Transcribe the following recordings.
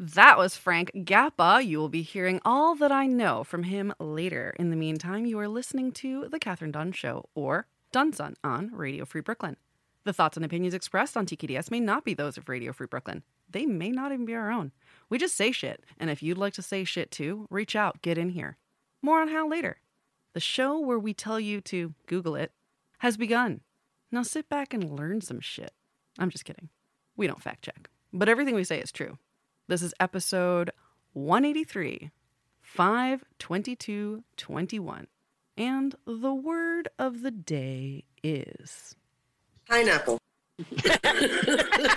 That was Frank Zappa. You will be hearing all that I know from him later. In the meantime, you are listening to The Catherine Dunn Show or Dunson on Radio Free Brooklyn. The thoughts and opinions expressed on TKDS may not be those of Radio Free Brooklyn. They may not even be our own. We just say shit. And if you'd like to say shit too, reach out, get in here. More on how later. The show where we tell you to Google it has begun. Now sit back and learn some shit. I'm just kidding. We don't fact check, but everything we say is true. This is episode 183, 5 22 21. And the word of the day is. Pineapple. The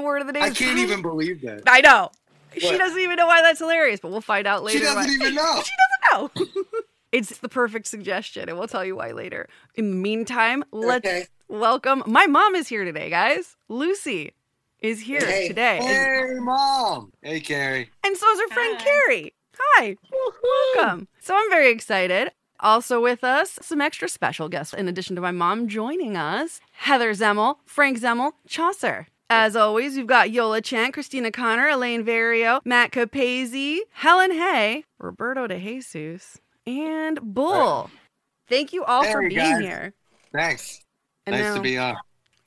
word of the day I is- can't even believe that. I know. She What? doesn't even know why that's hilarious, but we'll find out later. She doesn't why- even know. No. it's the perfect suggestion, and we'll tell you why later. In the meantime, let's Okay. welcome. My mom is here today, guys. Lucy is here Hey. today. And, Hey, mom. Hey, Carrie. and so is her friend Hi. Carrie. Hi. Welcome. So I'm very excited. Also with us, some extra special guests in addition to my mom joining us Heather Zemmel, Frank Zemmel, Chaucer. As always, we've got Yola Chan, Christina Connor, Elaine Vario, Matt Capazzi, Helen Hay, Roberto De Jesus, and Bull. Thank you all Hey, for being guys. here. Thanks. And nice now, to be on.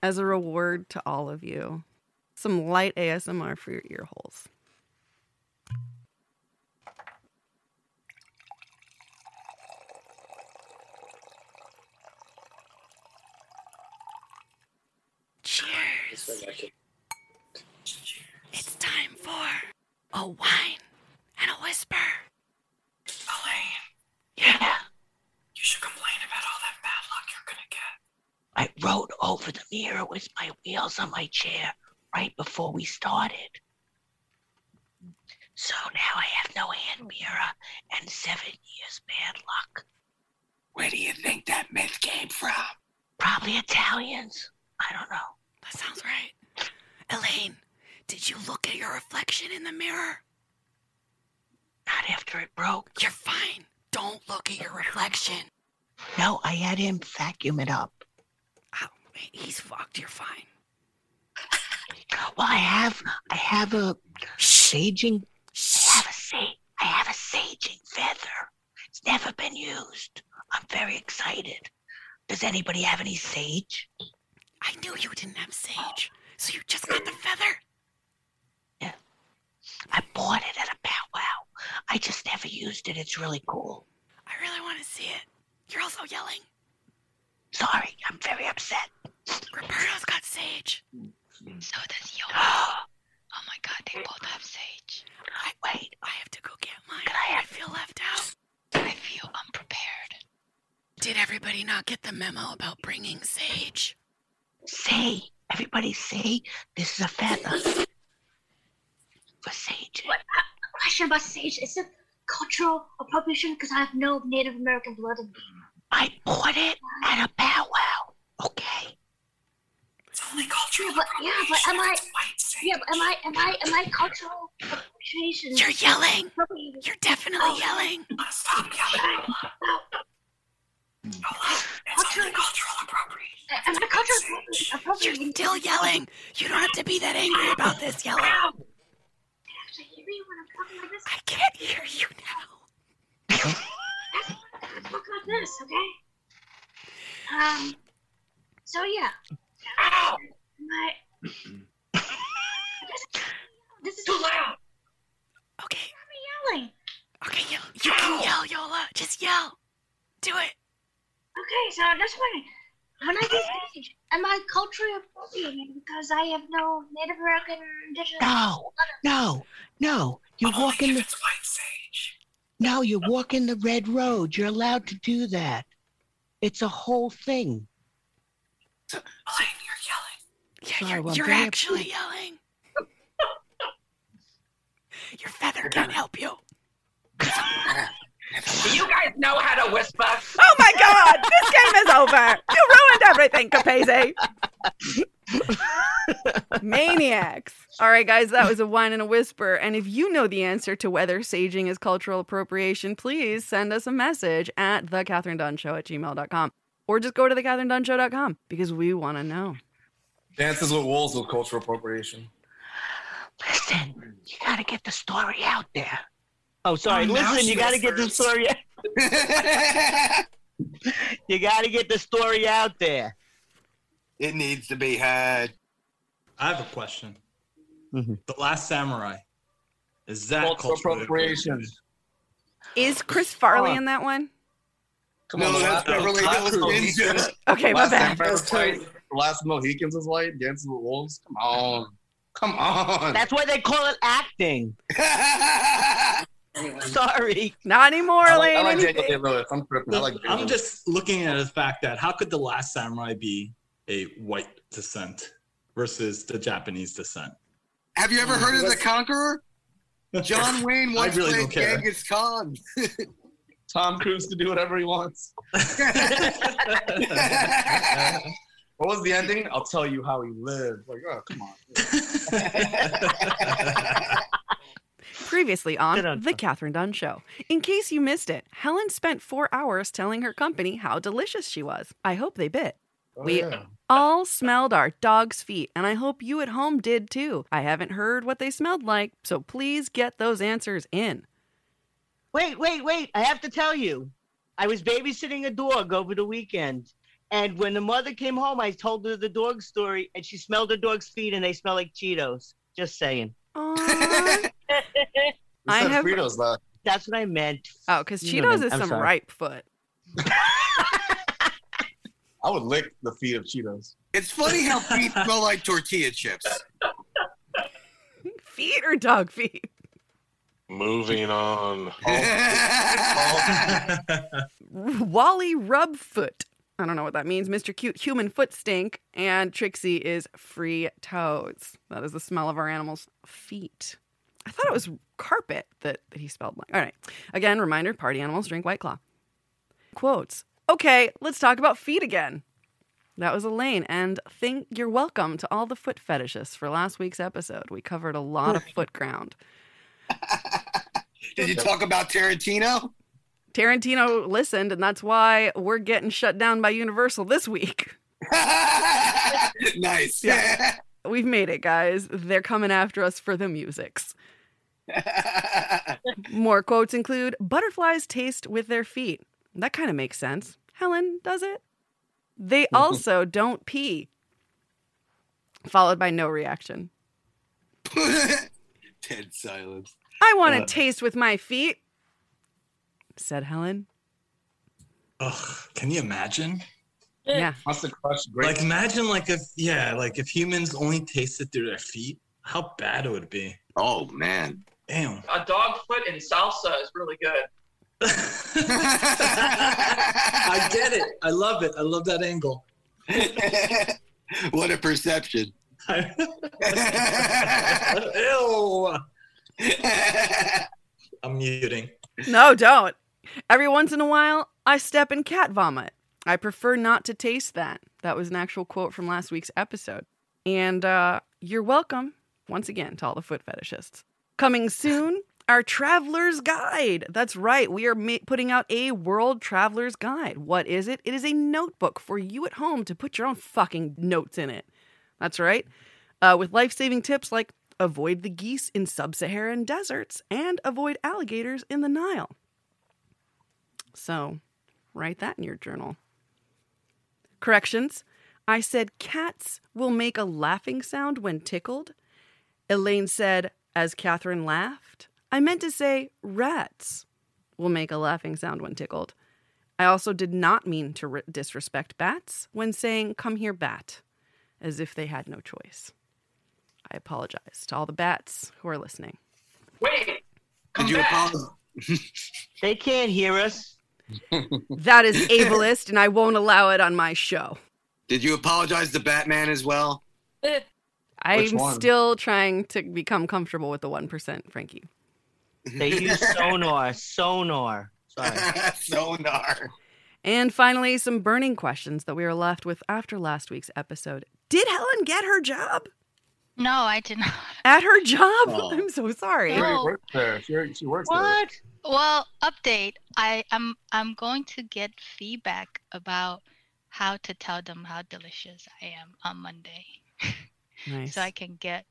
as a reward to all of you, some light ASMR for your ear holes. Cheers. It's time for a wine and a whisper. You should complain about all that bad luck you're gonna get. I rode over the mirror with my wheels on my chair right before we started. So now I have no hand mirror and seven years bad luck. Where do you think that myth came from? Probably Italians. I don't know. That sounds right. Elaine, did you look at your reflection in the mirror? Not after it broke. You're fine. Don't look at your reflection. No, I had him vacuum it up. Oh, he's fucked. You're fine. Well, I have, I have a saging. I have a sa- I have a saging feather. It's never been used. I'm very excited. Does anybody have any sage? I knew you didn't have sage, so you just got the feather. I bought it at a powwow. I just never used it. It's really cool. I really want to see it. You're also yelling. Sorry, I'm very upset. Roberto's got sage. So does Yola. Wait, Oh my god, they both have sage. wait. I have to go get mine. Can I have- feel left out. I feel unprepared. Did everybody not get the memo about bringing sage? Say, everybody say, this is a feather for sages. question about sage. Is it cultural appropriation? Because I have no Native American blood in me. I bought it at a powwow. Okay. It's Oh only cultural. Yeah, but- yeah, but am appropriation. I- It's white sage. Yeah, but am I am I am I cultural appropriation? You're yelling. Appropriation? You're definitely yelling. Uh, Stop yelling. Yola, It's only cultural appropriation. Am I cultural appro- You're appropriation? still yelling. You don't have to be that angry about this yelling. Actually, hear me when I'm talking like this. I can't hear you now. I'm talking like this, okay? Um. So yeah. My. this is too loud. Okay, I'm yelling. okay, yell. You can yell, Yola. Just yell. Do it. Okay, so I'm just wondering, when I get stage, am I culturally appropriated because I have no Native American indigenous? No, no, no. You Only walk in if the It's white sage. no, you walk in the red road. You're allowed to do that. It's a whole thing. Elaine, you're yelling. Yeah, Sorry, you're, well, you're very actually yelling. Your feather can't help you. Do you guys know how to whisper? Oh my god, this game is over. You ruined everything, Capese. Maniacs. All right, guys, that was a whine and a whisper. And if you know the answer to whether saging is cultural appropriation, please send us a message at thecatherinedunshow at gmail.com or just go to thecatherinedunshow.com because we want to know. Dances with Wolves with cultural appropriation. Listen, you gotta get the story out there. Oh, sorry. Oh, now Listen, you she got to get the refers. story. you got to get the story out there. it needs to be heard. I have a question. Mhm. The Last Samurai. Is that Cultural culturally appropriation. Is Chris Oh. Farley in that one? Come no, on, that's Last- Beverly Last Hills Mohicans. Ninja. Okay, my Last bad. Emperor's That's right. white. The Last Mohicans is white. Dances with Wolves. Come on. Come on. That's why they call it acting. Sorry. Not anymore, I like, I Lane. like Daniel anything. Day Lewis. I'm tripping. I like Daniel I'm just looking at the fact that how could the Last Samurai be a white descent versus the Japanese descent? Have you Mm, ever heard of The Conqueror? John Wayne I once really played don't care. Genghis Khan. Tom Cruise to do whatever he wants. What was the ending? I'll tell you how he lived. Like, oh, come on. Previously Good on on The Catherine Dunn Show. In case you missed it, Helen spent four hours telling her company how delicious she was. I hope they bit. We- All smelled our dog's feet, and I hope you at home did too. I haven't heard what they smelled like, so please get those answers in. Wait, wait, wait. I have to tell you. I was babysitting a dog over the weekend. And when the mother came home, I told her the dog story, and she smelled the dog's feet, and they smell like Cheetos. Just saying. Aw. I Instead of have- Fritos, though. That's what I meant. Mm-hmm. oh, because You know Cheetos them. is I'm some sorry. ripe foot. I would lick the feet of Cheetos. it's funny how feet smell like tortilla chips. Feet or dog feet? Moving on. Wally Rubfoot. I don't know what that means. Mr. Cute Human Foot Stink. And Trixie is Free Toads. That is the smell of our animals' feet. I thought it was carpet that, that he spelled like. All right. Again, reminder party animals drink White Claw. Quotes. Okay, let's talk about feet again. That was Elaine. And think you're welcome to all the foot fetishists for last week's episode. We covered a lot of foot ground. Did you talk about Tarantino? Tarantino listened, and that's why we're getting shut down by Universal this week. nice. We've made it, guys. They're coming after us for the musics. More quotes include butterflies taste with their feet. That kind of makes sense. Helen does it. They also don't pee. Followed by no reaction. Dead silence. I want to Uh. taste with my feet, said Helen. Ugh, can you imagine? Yeah. Must have crushed Like great. imagine like if yeah, like if humans only tasted through their feet, how bad it would be. Oh man. Damn. A dog foot in salsa is really good. I get it. I love it. I love that angle. what a perception. Ew. I'm muting. No, don't. Every once in a while, I step in cat vomit. I prefer not to taste that. That was an actual quote from last week's episode. And uh, you're welcome, once again, to all the foot fetishists. Coming soon, our traveler's guide. That's right, we are ma- putting out a world traveler's guide. What is it? It is a notebook for you at home to put your own fucking notes in it. That's right, uh, with life saving tips like avoid the geese in sub Saharan deserts and avoid alligators in the Nile. So, write that in your journal. Corrections. I said cats will make a laughing sound when tickled. Elaine said, as Catherine laughed, I meant to say rats will make a laughing sound when tickled. I also did not mean to ri disrespect bats when saying, come here, bat, as if they had no choice. I apologize to all the bats who are listening. Wait, come Did you back. apologize? They can't hear us. Uh, That is ableist, and I won't allow it on my show. Did you apologize to Batman as well? Which I'm one? still trying to become comfortable with the 1%, Frankie. They use sonar. Sonar. Sorry. Sonar. And finally, some burning questions that we were left with after last week's episode. Did Helen get her job? No, I did not. At her job? Oh. I'm so sorry. She No. already works there. She, already- she works there. What? Well, update. I am I'm, going to get feedback about how to tell them how delicious I am on Monday, Nice. so I can get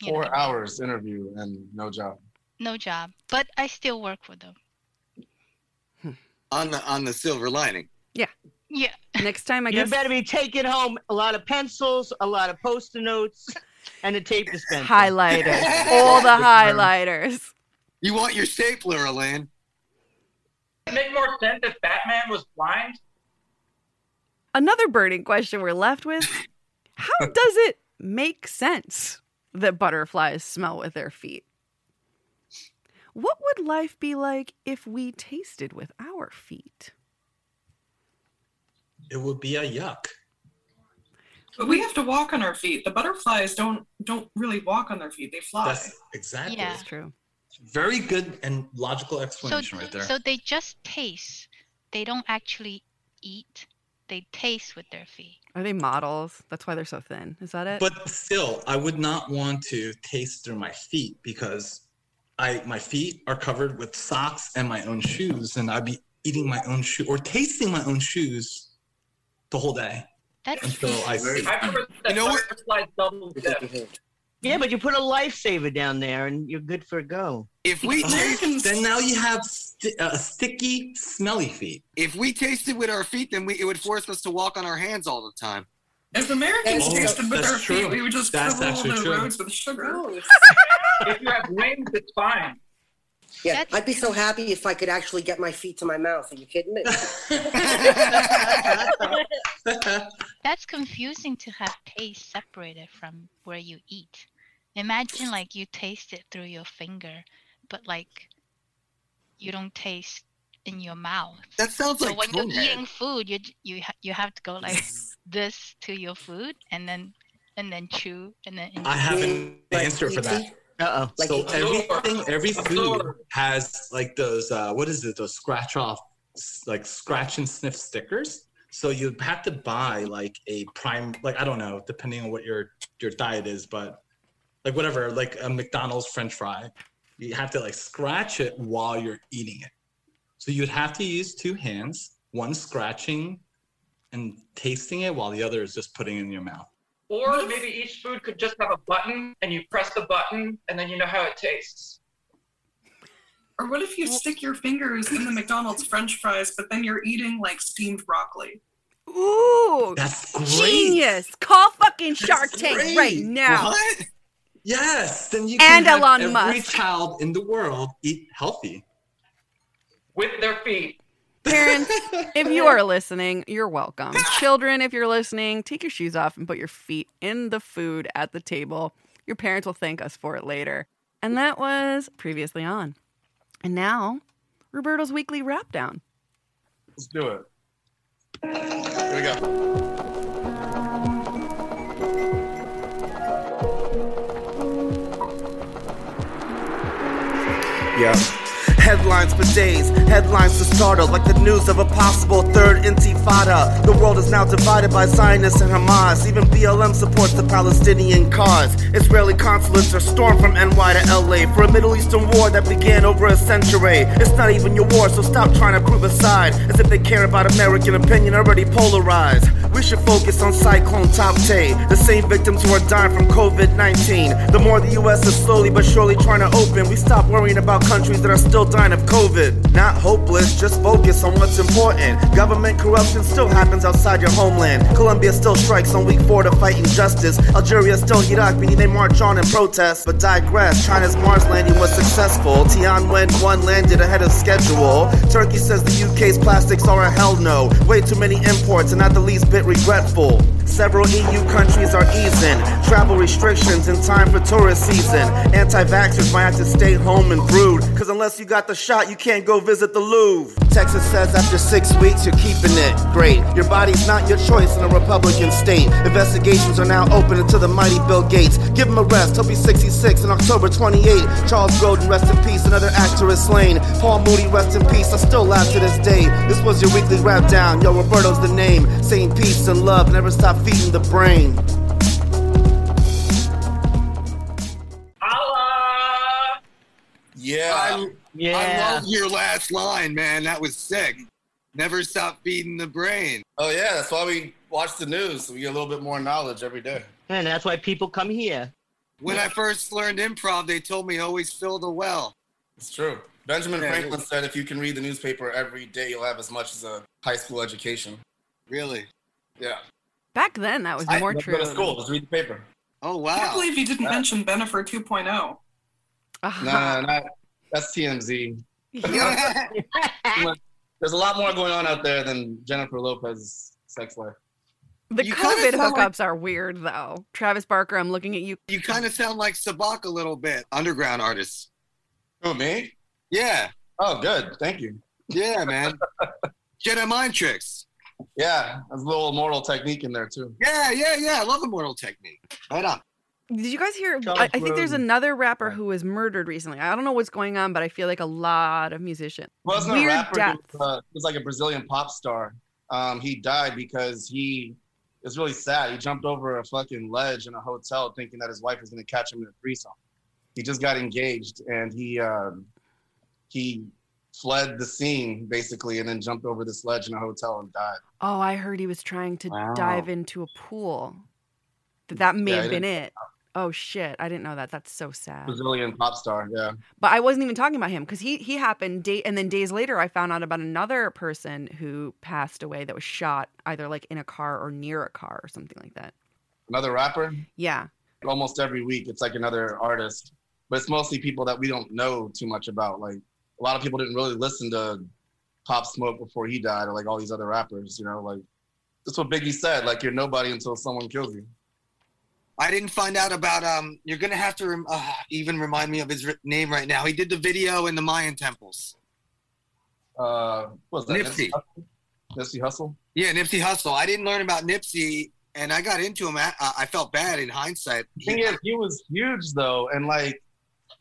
you know, Four hours interview and no job. no job, but I still work for them. on the on the silver lining. Yeah. Yeah. Next time I You guess- better be taking home a lot of pencils, a lot of post-it notes, and a tape dispenser. Highlighters. All the highlighters. You want your stapler, Elaine? It make more sense if Batman was blind. Another burning question we're left with How does it make sense that butterflies smell with their feet? What would life be like if we tasted with our feet? It would be a yuck. But we have to walk on our feet. The butterflies don't don't really walk on their feet. They fly. That's exactly. Yeah. That's true. Very good and logical So, explanation right there. so they just taste. They don't actually eat. They taste with their feet. Are they models? That's why they're so thin. Is that it? but still, I would not want to taste through my feet because I my feet are covered with socks and my own shoes, and I'd be eating my own shoe or tasting my own shoes the whole day until I sleep. You know what? Butterflies double dip. Yeah, but you put a lifesaver down there, and you're good for a go. If we taste, then now you have sti- uh, sticky, smelly feet. If we tasted with our feet, then we it would force us to walk on our hands all the time. If Americans Oh, tasted with that's our feet, true. we would just That's cover all actually the true. roads with sugar. if you have wings, it's fine. Yeah, I'd be so happy if I could actually get my feet to my mouth. Are you kidding me? That's confusing to have taste separated from where you eat. Imagine like you taste it through your finger, but like you don't taste in your mouth. That sounds so like when you're Conan. eating food, you j- you ha- you have to go like this to your food, and then and then chew, and then. I have an answer for that. Uh Like so you- everything, every food has like those. Uh, what is it? Those scratch off, like scratch and sniff stickers. So you have to buy like a prime, like I don't know, depending on what your your diet is, but like whatever, like a McDonald's French fry, you have to like scratch it while you're eating it. So you'd have to use two hands, one scratching and tasting it, while the other is just putting it in your mouth. Or maybe each food could just have a button, and you press the button, and then you know how it tastes. Or what if you stick your fingers in the McDonald's French fries, but then you're eating like steamed broccoli? Ooh. That's Genius. Call fucking Shark Tank great. right now. What? Yes, then you can And have Elon every Musk. child in the world eat healthy. With their feet. Parents, if you are listening, you're welcome. Children, if you're listening, take your shoes off and put your feet in the food at the table. Your parents will thank us for it later. And that was previously on. And now, Roberto's weekly wrap down. Let's do it. Here we go. Yeah. Headlines for days, headlines to startle, like the news of a possible third intifada. The world is now divided by Zionists and Hamas. Even BLM supports the Palestinian cause. Israeli consulates are stormed from NY to LA for a Middle Eastern war that began over a century. It's not even your war, so stop trying to prove a side. As if they care about American opinion already polarized. We should focus on Cyclone Tapte, the same victims who are dying from COVID 19. The more the US is slowly but surely trying to open, we stop worrying about countries that are still dying of COVID. Not hopeless, just focus on what's important. Government corruption still happens outside your homeland. Colombia still strikes on week four to fight injustice. Algeria still Iraq, meaning they march on and protest. But digress, China's Mars landing was successful. Tianwen 1 landed ahead of schedule. Turkey says the UK's plastics are a hell no. Way too many imports and not the least bit regretful. Several EU countries are easing travel restrictions in time for tourist season. Anti vaxxers might have to stay home and brood. Cause unless you got the shot, you can't go visit the Louvre. Texas says after six weeks, you're keeping it. Great. Your body's not your choice in a Republican state. Investigations are now open into the mighty Bill Gates. Give him a rest. He'll be 66 on October 28. Charles Grodin, rest in peace. Another actor is slain. Paul Moody, rest in peace. I still laugh to this day. This was your weekly wrap down. Yo, Roberto's the name. Saying peace and love. Never stop feeding the brain. Yeah. I, yeah. I love your last line, man. That was sick. Never stop feeding the brain. Oh yeah, that's why we watch the news. So we get a little bit more knowledge every day. And that's why people come here. When I first learned improv, they told me always fill the well. It's true. Benjamin Yeah, it Franklin is. said if you can read the newspaper every day, you'll have as much as a high school education. Really? Yeah. Back then, that was I- more let's true. Go to school. Just read the paper. Oh I can't wow. believe you didn't mention Benefer oh. 2.0. No, Ah, no, no, not- that's TMZ. There's a lot more going on out there than Jennifer Lopez's sex life. The You kinda COVID sound like- hookups are weird, though. Travis Barker, I'm looking at you. You kind of sound like Sabak a little bit. Underground artists. Who me? Yeah. Oh, good. Thank you. Yeah, man. Jedi mind tricks. Yeah, there's a little immortal technique in there too. Yeah, yeah, yeah. I love immortal technique. Right on. Did you guys hear? Charles I, I think there's Grodin. another rapper who was murdered recently. I don't know what's going on, but I feel like a lot of musicians. Well, it's not Weird a rapper. death. He was, uh, he was like a Brazilian pop star. Um, he died because he it's really sad. He jumped over a fucking ledge in a hotel, thinking that his wife was gonna catch him in a threesome. He just got engaged, and he um, he fled the scene basically, and then jumped over this ledge in a hotel and died. Oh, I heard he was trying to Wow. dive into a pool. That that may Yeah, I have been didn't- it. Oh shit! I didn't know that. That's so sad. Brazilian pop star. Yeah. But I wasn't even talking about him because he he happened day and then days later I found out about another person who passed away that was shot either like in a car or near a car or something like that. Another rapper. Yeah. almost every week it's like another artist but it's mostly people that we don't know too much about like a lot of people didn't really listen to pop smoke before he died or like all these other rappers you know like that's what biggie said like you're nobody until someone kills you I didn't find out about um. You're gonna have to rem- uh, even remind me of his ri- name right now. He did the video in the Mayan temples. uh what was that Nipsey. nipsey hustle Yeah, Nipsey Hussle. I didn't learn about Nipsey, and I got into him. I, I felt bad in hindsight. The thing is, he was huge though, and like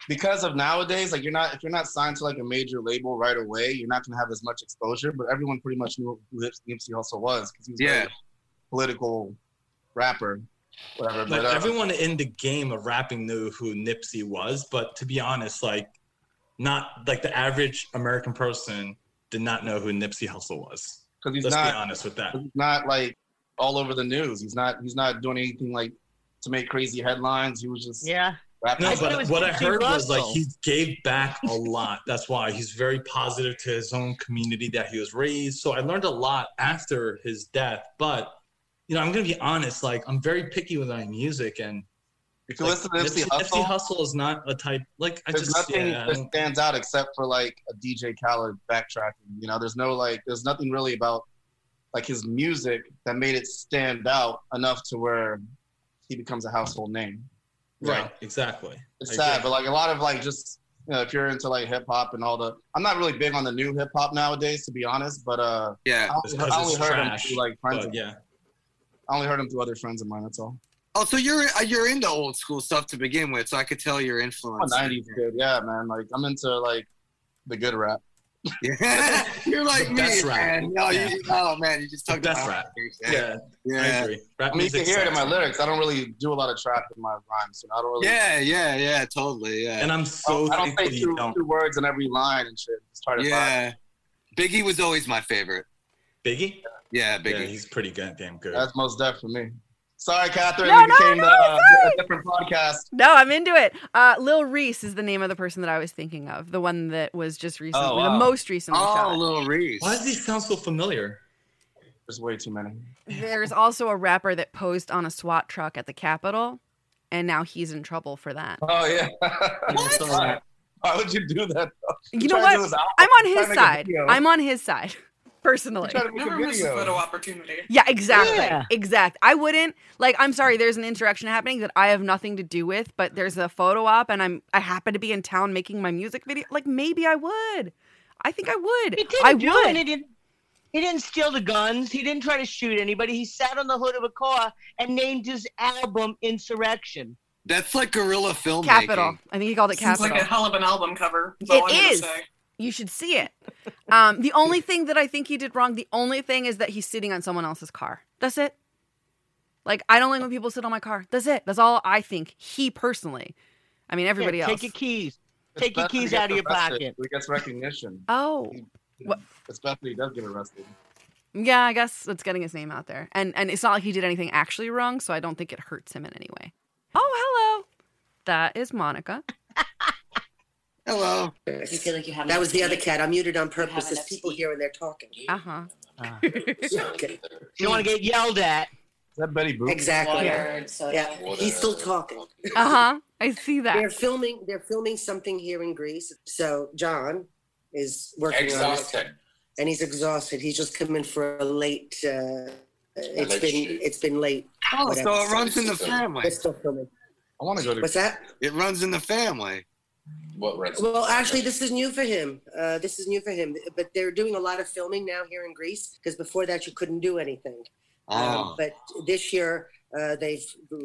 because of nowadays, like you're not if you're not signed to like a major label right away, you're not gonna have as much exposure. But everyone pretty much knew who Nips- Nipsey also was because he was yeah. Yeah. a political rapper, whatever. Like But uh, everyone in the game of rapping knew who Nipsey was, but to be honest, like not like the average American person did not know who Nipsey Hussle was. 'Cause he's Let's not- be honest with that. he's not like all over the news. He's not he's not doing anything like to make crazy headlines. He was just Yeah. rapping. No, but what I heard was like he gave back a lot. That's why he's very positive to his own community that he was raised. So I learned a lot after his death. But you know, I'm gonna be honest. Like I'm very picky with my music, and If you like, listen to Nipsey Nipsey Hussle- Hustle is not a type. Like I there's just nothing yeah, I that don't- stands out except for like a DJ Khaled backtracking. You know, there's no like, there's nothing really about like his music that made it stand out enough to where he becomes a household name. you right. know? Exactly. It's I sad, agree. but like a lot of like just you know, if you're into like hip hop and all the, I'm not really big on the new hip hop nowadays, to be honest. But uh, Yeah. I It's only, 'cause I only it's heard trash, him through like friends. but of- yeah. I only heard him through other friends of mine. That's all. Oh, so you're uh, you're into old school stuff to begin with, so I could tell your I'm a influence. 90s kid, yeah, man. Like I'm into like the good rap. You're like The me, best rap. man. No, Yeah. you, oh man, you just talked The best about rap. Yeah. Yeah. Yeah. I mean, you can hear it in my lyrics. I don't really do a lot of trap in my rhymes. You know, I don't really. Yeah, yeah, yeah, totally. Yeah. And I'm so I don't thankful say you two, don't. two words in every line and shit. It's hard to Yeah. Biggie was always my favorite. Biggie? Yeah, Biggie. Yeah, he's pretty goddamn good. That's most deaf for me. Sorry, Catherine. No, we no, became no, the, uh, sorry. a different podcast. No, I'm into it. Uh, Lil Reese is the name of the person that I was thinking of, the one that was just recently, the Oh, wow. most recently Oh, shot. Lil Reese. Why does he sound so familiar? There's way too many. There's also a rapper that posed on a SWAT truck at the Capitol, and now he's in trouble for that. Oh yeah. Why, why would you do that? though? You You're know trying to do what? this album, I'm on trying to his make a side. video. I'm on his side, personally. You're trying to make a Never miss a video. photo opportunity. Yeah, exactly. Yeah. Exact. I wouldn't like I'm sorry, there's an insurrection happening that I have nothing to do with, but there's a photo op and I'm I happen to be in town making my music video. Like maybe I would. I think I would. He didn't I do would. it. He didn't, he didn't steal the guns. He didn't try to shoot anybody. He sat on the hood of a car and named his album Insurrection. That's like guerrilla filmmaking. Capital. I think he called it Seems Capital. like a hell of an album cover. That's all I'm It is. Gonna say. You should see it. Um, the only thing that I think he did wrong, the only thing is that he's sitting on someone else's car. That's it. Like I don't like when people sit on my car. That's it. That's all I think. He personally. I mean everybody Yeah, else. Take your keys. It's Take your best he keys gets out of your arrested. pocket. He gets recognition. Oh. What Especially he does get arrested. Yeah, I guess it's getting his name out there. And and it's not like he did anything actually wrong, so I don't think it hurts him in any way. Oh, hello. That is Monica. Hello. You feel like you have That an was the other escape. cat. I muted on have purpose. an There's people here and they're talking. Uh huh. okay. You want to get yelled at? that Betty Boop? Exactly. Water, soda. yeah. He's still talking. Uh huh. I see that. They're filming. They're filming something here in Greece. So John is working on Exhausted. it, and he's exhausted. He's just come in for a late. Uh, it's late been shoot. it's been late. Oh, Whatever. so it runs in the family. They're still filming. I want to go to. What's that? It runs in the family. What runs? Well, actually, this is new for him. Uh, this is new for him. But they're doing a lot of filming now here in Greece because before that you couldn't do anything. Um, Oh. but this year, uh, they've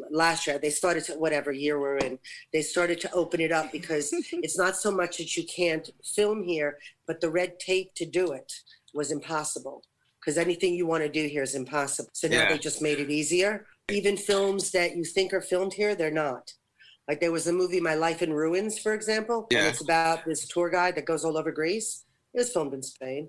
last year they started to whatever year we're in. They started to open it up because it's not so much that you can't film here, but the red tape to do it was impossible because anything you want to do here is impossible. So now Yeah. they just made it easier. Even films that you think are filmed here, they're not. Like there was a movie, My Life in Ruins, for example. And Yeah. it's about this tour guide that goes all over Greece. It was filmed in Spain.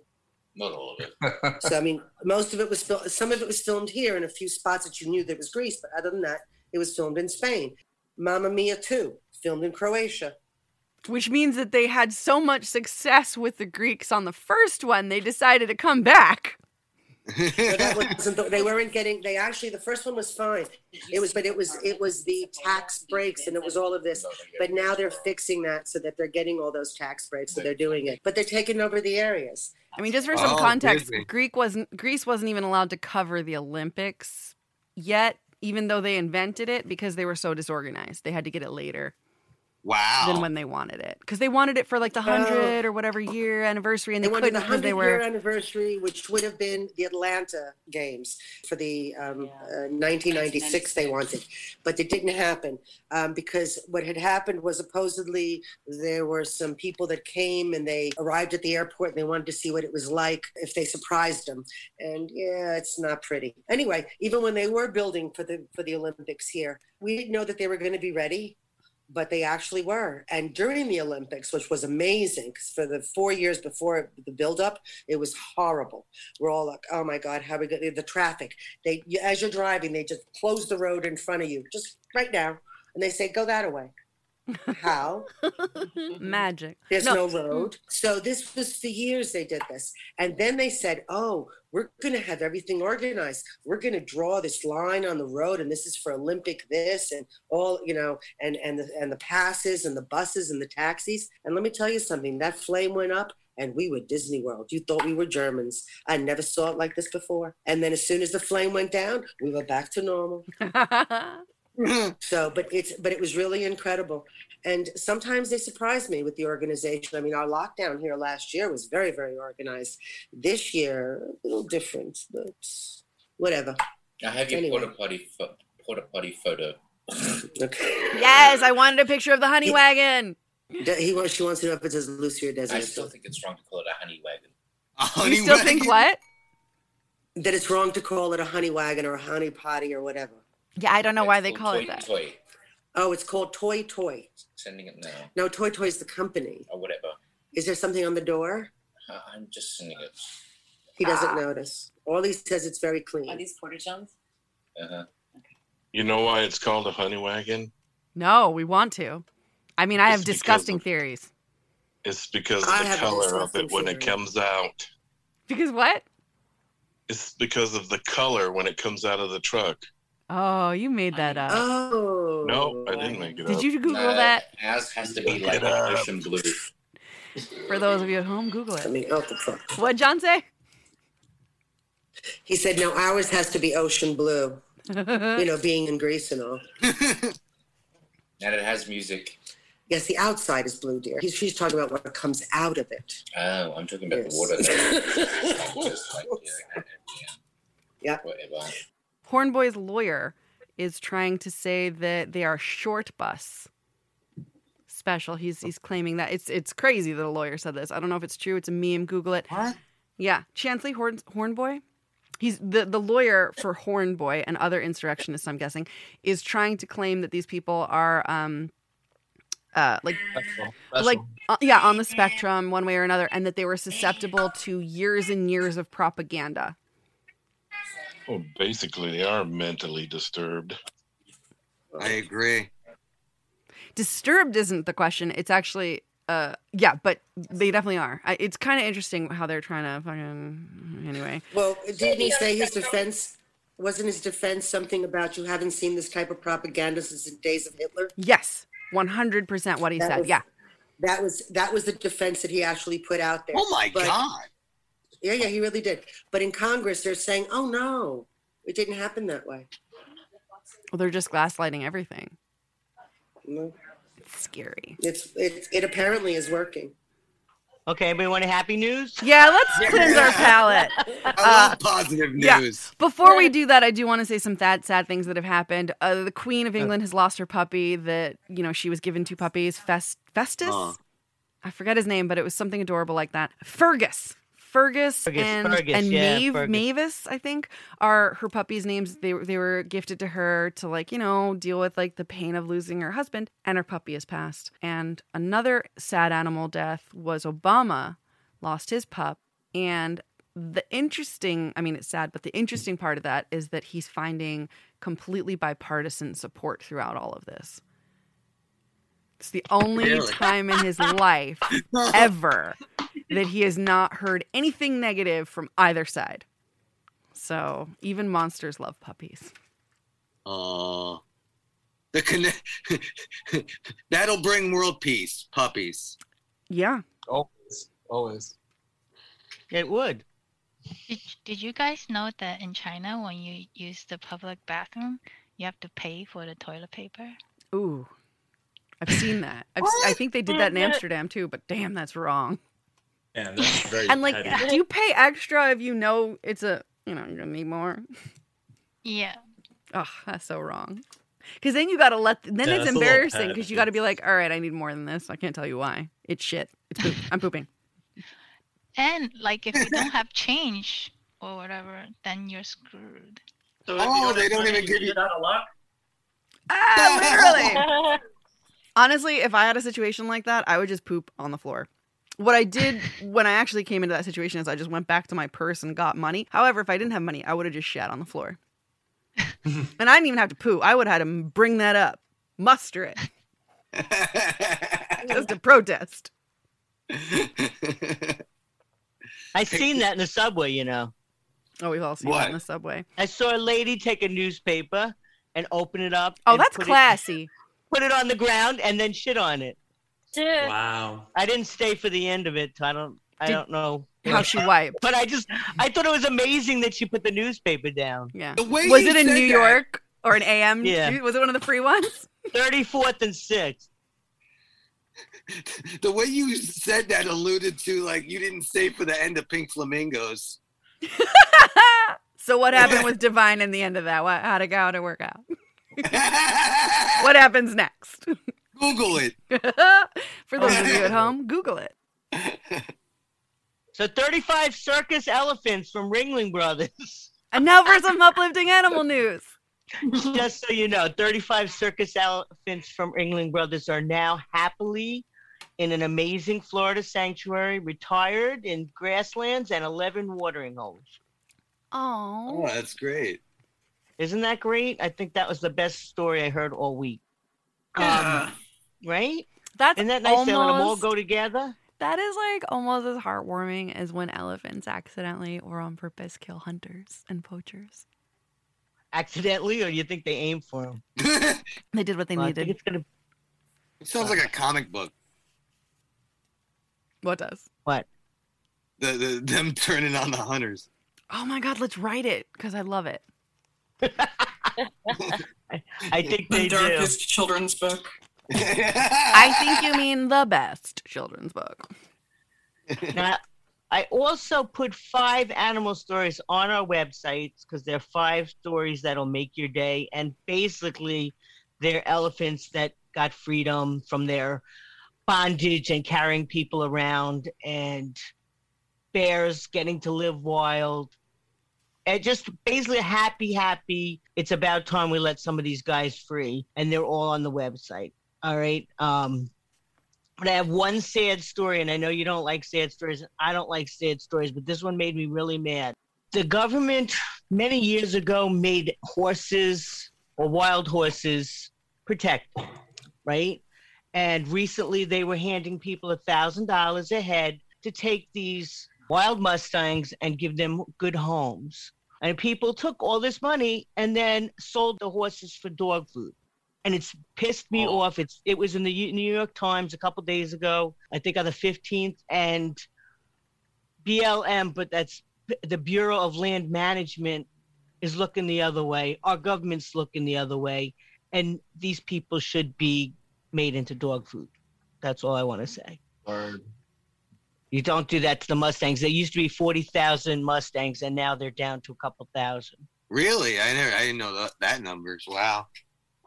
Not all of it. so I mean, most of it was fil- some of it was filmed here in a few spots that you knew that was Greece, but other than that, it was filmed in Spain. Mamma Mia 2, filmed in Croatia. Which means that they had so much success with the Greeks on the first one, they decided to come back. But that wasn't the- they weren't getting. They actually the first one was fine. It was, but it was it was the tax breaks and it was all of this. But now they're fixing that so that they're getting all those tax breaks, so they're doing it. But they're taking over the areas. I mean, just for Oh, some context, Greek wasn't Greece wasn't even allowed to cover the Olympics yet, even though they invented it because they were so disorganized. They had to get it later Wow. than when they wanted it because they wanted it for like the Oh. hundred or whatever year anniversary, and they they, wanted couldn't the because 100 they year were. anniversary, which would have been the Atlanta Games for the um, uh, 1996. They wanted, but it didn't happen um, because what had happened was supposedly there were some people that came and they arrived at the airport and they wanted to see what it was like if they surprised them. And yeah, it's not pretty. Anyway, even when they were building for the for the Olympics here, we didn't know that they were going to be ready but they actually were. And during the Olympics, which was amazing, 'cause for the four years before the buildup, it was horrible. We're all like, "Oh my God, how we go?" The traffic. They, you- as you're driving, they just close the road in front of you, just right now, and they say, "Go that way." How? Magic. There's No. no. road. So this was for years they did this. And then they said, oh, we're going to have everything organized. We're going to draw this line on the road and this is for Olympic this and all, you know, and and the, and the passes and the buses and the taxis. And let me tell you something, that flame went up and we were Disney World. You thought we were Germans. I never saw it like this before. And then as soon as the flame went down, we were back to normal. Mm-hmm. so but it's but it was really incredible and sometimes they surprise me with the organization i mean our lockdown here last year was very very organized this year a little different but whatever I have your Anyway. porta potty pho- porta potty photo. Yes, I wanted a picture of the honey wagon. De- he wants she wants to know if it says lucy or I desiree still think it's wrong to call it a honey wagon. You still think what? that it's wrong to call it a honey wagon or a honey potty or whatever Yeah, I don't know why they call toy, it that. toy. oh it's called toy toy Sending it now no toy toy is the company or whatever. is there something on the door I- I'm just sending it. he Ah. doesn't notice all he says it's very clean Are these porta johns? Uh-huh. You know why it's called a honey wagon? No, we want to. I mean, I have disgusting theories. It's because of I the have color also of it when it theory. comes out. Because what? It's because of the color when it comes out of the truck. Oh, you made that up. Oh. No, I didn't make it Did up. you Google that? Ours has to be Look like it up. ocean blue. For those of you at home, Google it. Coming out the truck. What John say? he said no ours has to be ocean blue you know, being in Greece and all. And it has music. Yes, the outside is blue, dear. He's, she's talking about what comes out of it. Oh, I'm talking about Yes. the water. though. just like, yeah, yeah, whatever. Hornboy's lawyer is trying to say that they are short bus special. He's he's claiming that it's it's crazy that a lawyer said this. I don't know if it's true. It's a meme. Google it. What? Yeah, Chansley Horn Hornboy. He's the the lawyer for Hornboy and other insurrectionists. I'm guessing is trying to claim that these people are um uh like like uh, yeah on the spectrum one way or another, and that they were susceptible to years and years of propaganda. Well, basically, they are mentally disturbed. I agree. Disturbed isn't the question. It's actually, uh, yeah, but they definitely are. I, it's kind of interesting how they're trying to fucking. Anyway. Well, didn't he say his defense? Wasn't his defense something about you haven't seen this type of propaganda since the days of Hitler? Yes, one hundred percent. What he That said. was- yeah. That was that was the defense that he actually put out there. Oh my But- God. Yeah, yeah, he really did. But in Congress, they're saying, "Oh no, it didn't happen that way." Well, they're just gaslighting everything. No. It's scary. It's it, it apparently is working. Okay, anybody want a happy news? Yeah, let's cleanse our palate. Uh, positive news. Before we do that, I do want to say some sad, sad things that have happened. Uh, the Queen of England has lost her puppy that, you know, she was given two puppies. Fest- Festus? Aw. I forget his name, but it was something adorable like that. Fergus. Fergus, Fergus, and, Fergus, and yeah, Maeve, Fergus. Mavis, I think, are her puppies' names. They, were- they were gifted to her to, like, you know, deal with, like, the pain of losing her husband, and her puppy has passed. And another sad animal death was Obama lost his pup. And the interesting, I mean, it's sad, but the interesting part of that is that he's finding completely bipartisan support throughout all of this. It's the only Really? time in his life ever that he has not heard anything negative from either side. So even monsters love puppies. Uh, the conne- that'll bring world peace, puppies. Yeah. Always, always. It would. Did, did you guys know that in China, when you use the public bathroom, you have to pay for the toilet paper? Ooh, I've seen that. I've, s- I think they did that in Amsterdam too, but damn, that's wrong. And that's very And like, petty. do you pay extra if you know it's a, you know, you're gonna need more? Yeah. Oh, that's so wrong. Because then you gotta let. Then Yeah, it's that's a little embarrassing because you petty. gotta be like, all right, I need more than this. I can't tell you why. It's shit. It's poop. I'm pooping. And like if you don't have change or whatever, then you're screwed. So if you Oh, don't they have don't money, even you give you- get out of luck. literally. Honestly, if I had a situation like that, I would just poop on the floor. What I did when I actually came into that situation is I just went back to my purse and got money. However, if I didn't have money, I would have just shat on the floor. and I didn't even have to poo. I would have had to bring that up, muster it. just a protest. I seen that in the subway, you know. Oh, we've all seen that in the subway. I saw a lady take a newspaper and open it up. Oh, and that's put it- classy. put it on the ground and then shit on it. Dude. Wow. I didn't stay for the end of it. so I don't. I Did- don't know How she wiped. But I just. I thought it was amazing that she put the newspaper down. Yeah. was it in New York or an AM? Yeah. Was it one of the free ones? Thirty fourth and sixth. The way you said that alluded to like you didn't say for the end of Pink Flamingos. So what happened with Divine in the end of that? What, how'd it go? How'd it work out? what happens next? Google it. For those of you at home, Google it. So thirty five circus elephants from Ringling Brothers. And now for some uplifting animal news. just so you know, 35 circus elephants from Ringling Brothers are now happily in an amazing Florida sanctuary, retired in grasslands and 11 watering holes. Oh. that's great. Isn't that great? I think that was the best story I heard all week. Um, right? That's Isn't that nice? They let them all almost- go together. That is like almost as heartwarming as when elephants accidentally or on purpose kill hunters and poachers. Accidentally, or you think they aim for them? They did what they Well, I think needed. it's gonna- It sounds like a comic book. What does? What? The, the them turning on the hunters. Oh my God, let's write it because I love it. I think the they do. darkest children's book. I think you mean the best children's book. Now, I also put five animal stories on our websites because they're five stories that'll make your day. And basically, they're elephants that got freedom from their bondage and carrying people around, and bears getting to live wild. And just basically happy, happy. It's about time we let some of these guys free, and they're all on the website. All right. Um, but I have one sad story, and I know you don't like sad stories. and I don't like sad stories, but this one made me really mad. The government many years ago made horses or wild horses protected, right? And recently, they were handing people a thousand dollars a head to take these wild mustangs and give them good homes. And people took all this money and then sold the horses for dog food. And it's pissed me off. It's it was in the U- New York Times a couple days ago, I think on the fifteenth, and BLM, but that's the Bureau of Land Management is looking the other way. Our government's looking the other way, and these people should be made into dog food. That's all I want to say. You don't do that to the Mustangs. There used to be forty thousand Mustangs, and now they're down to a couple thousand. Really? I never. I didn't know that, that numbers. Wow.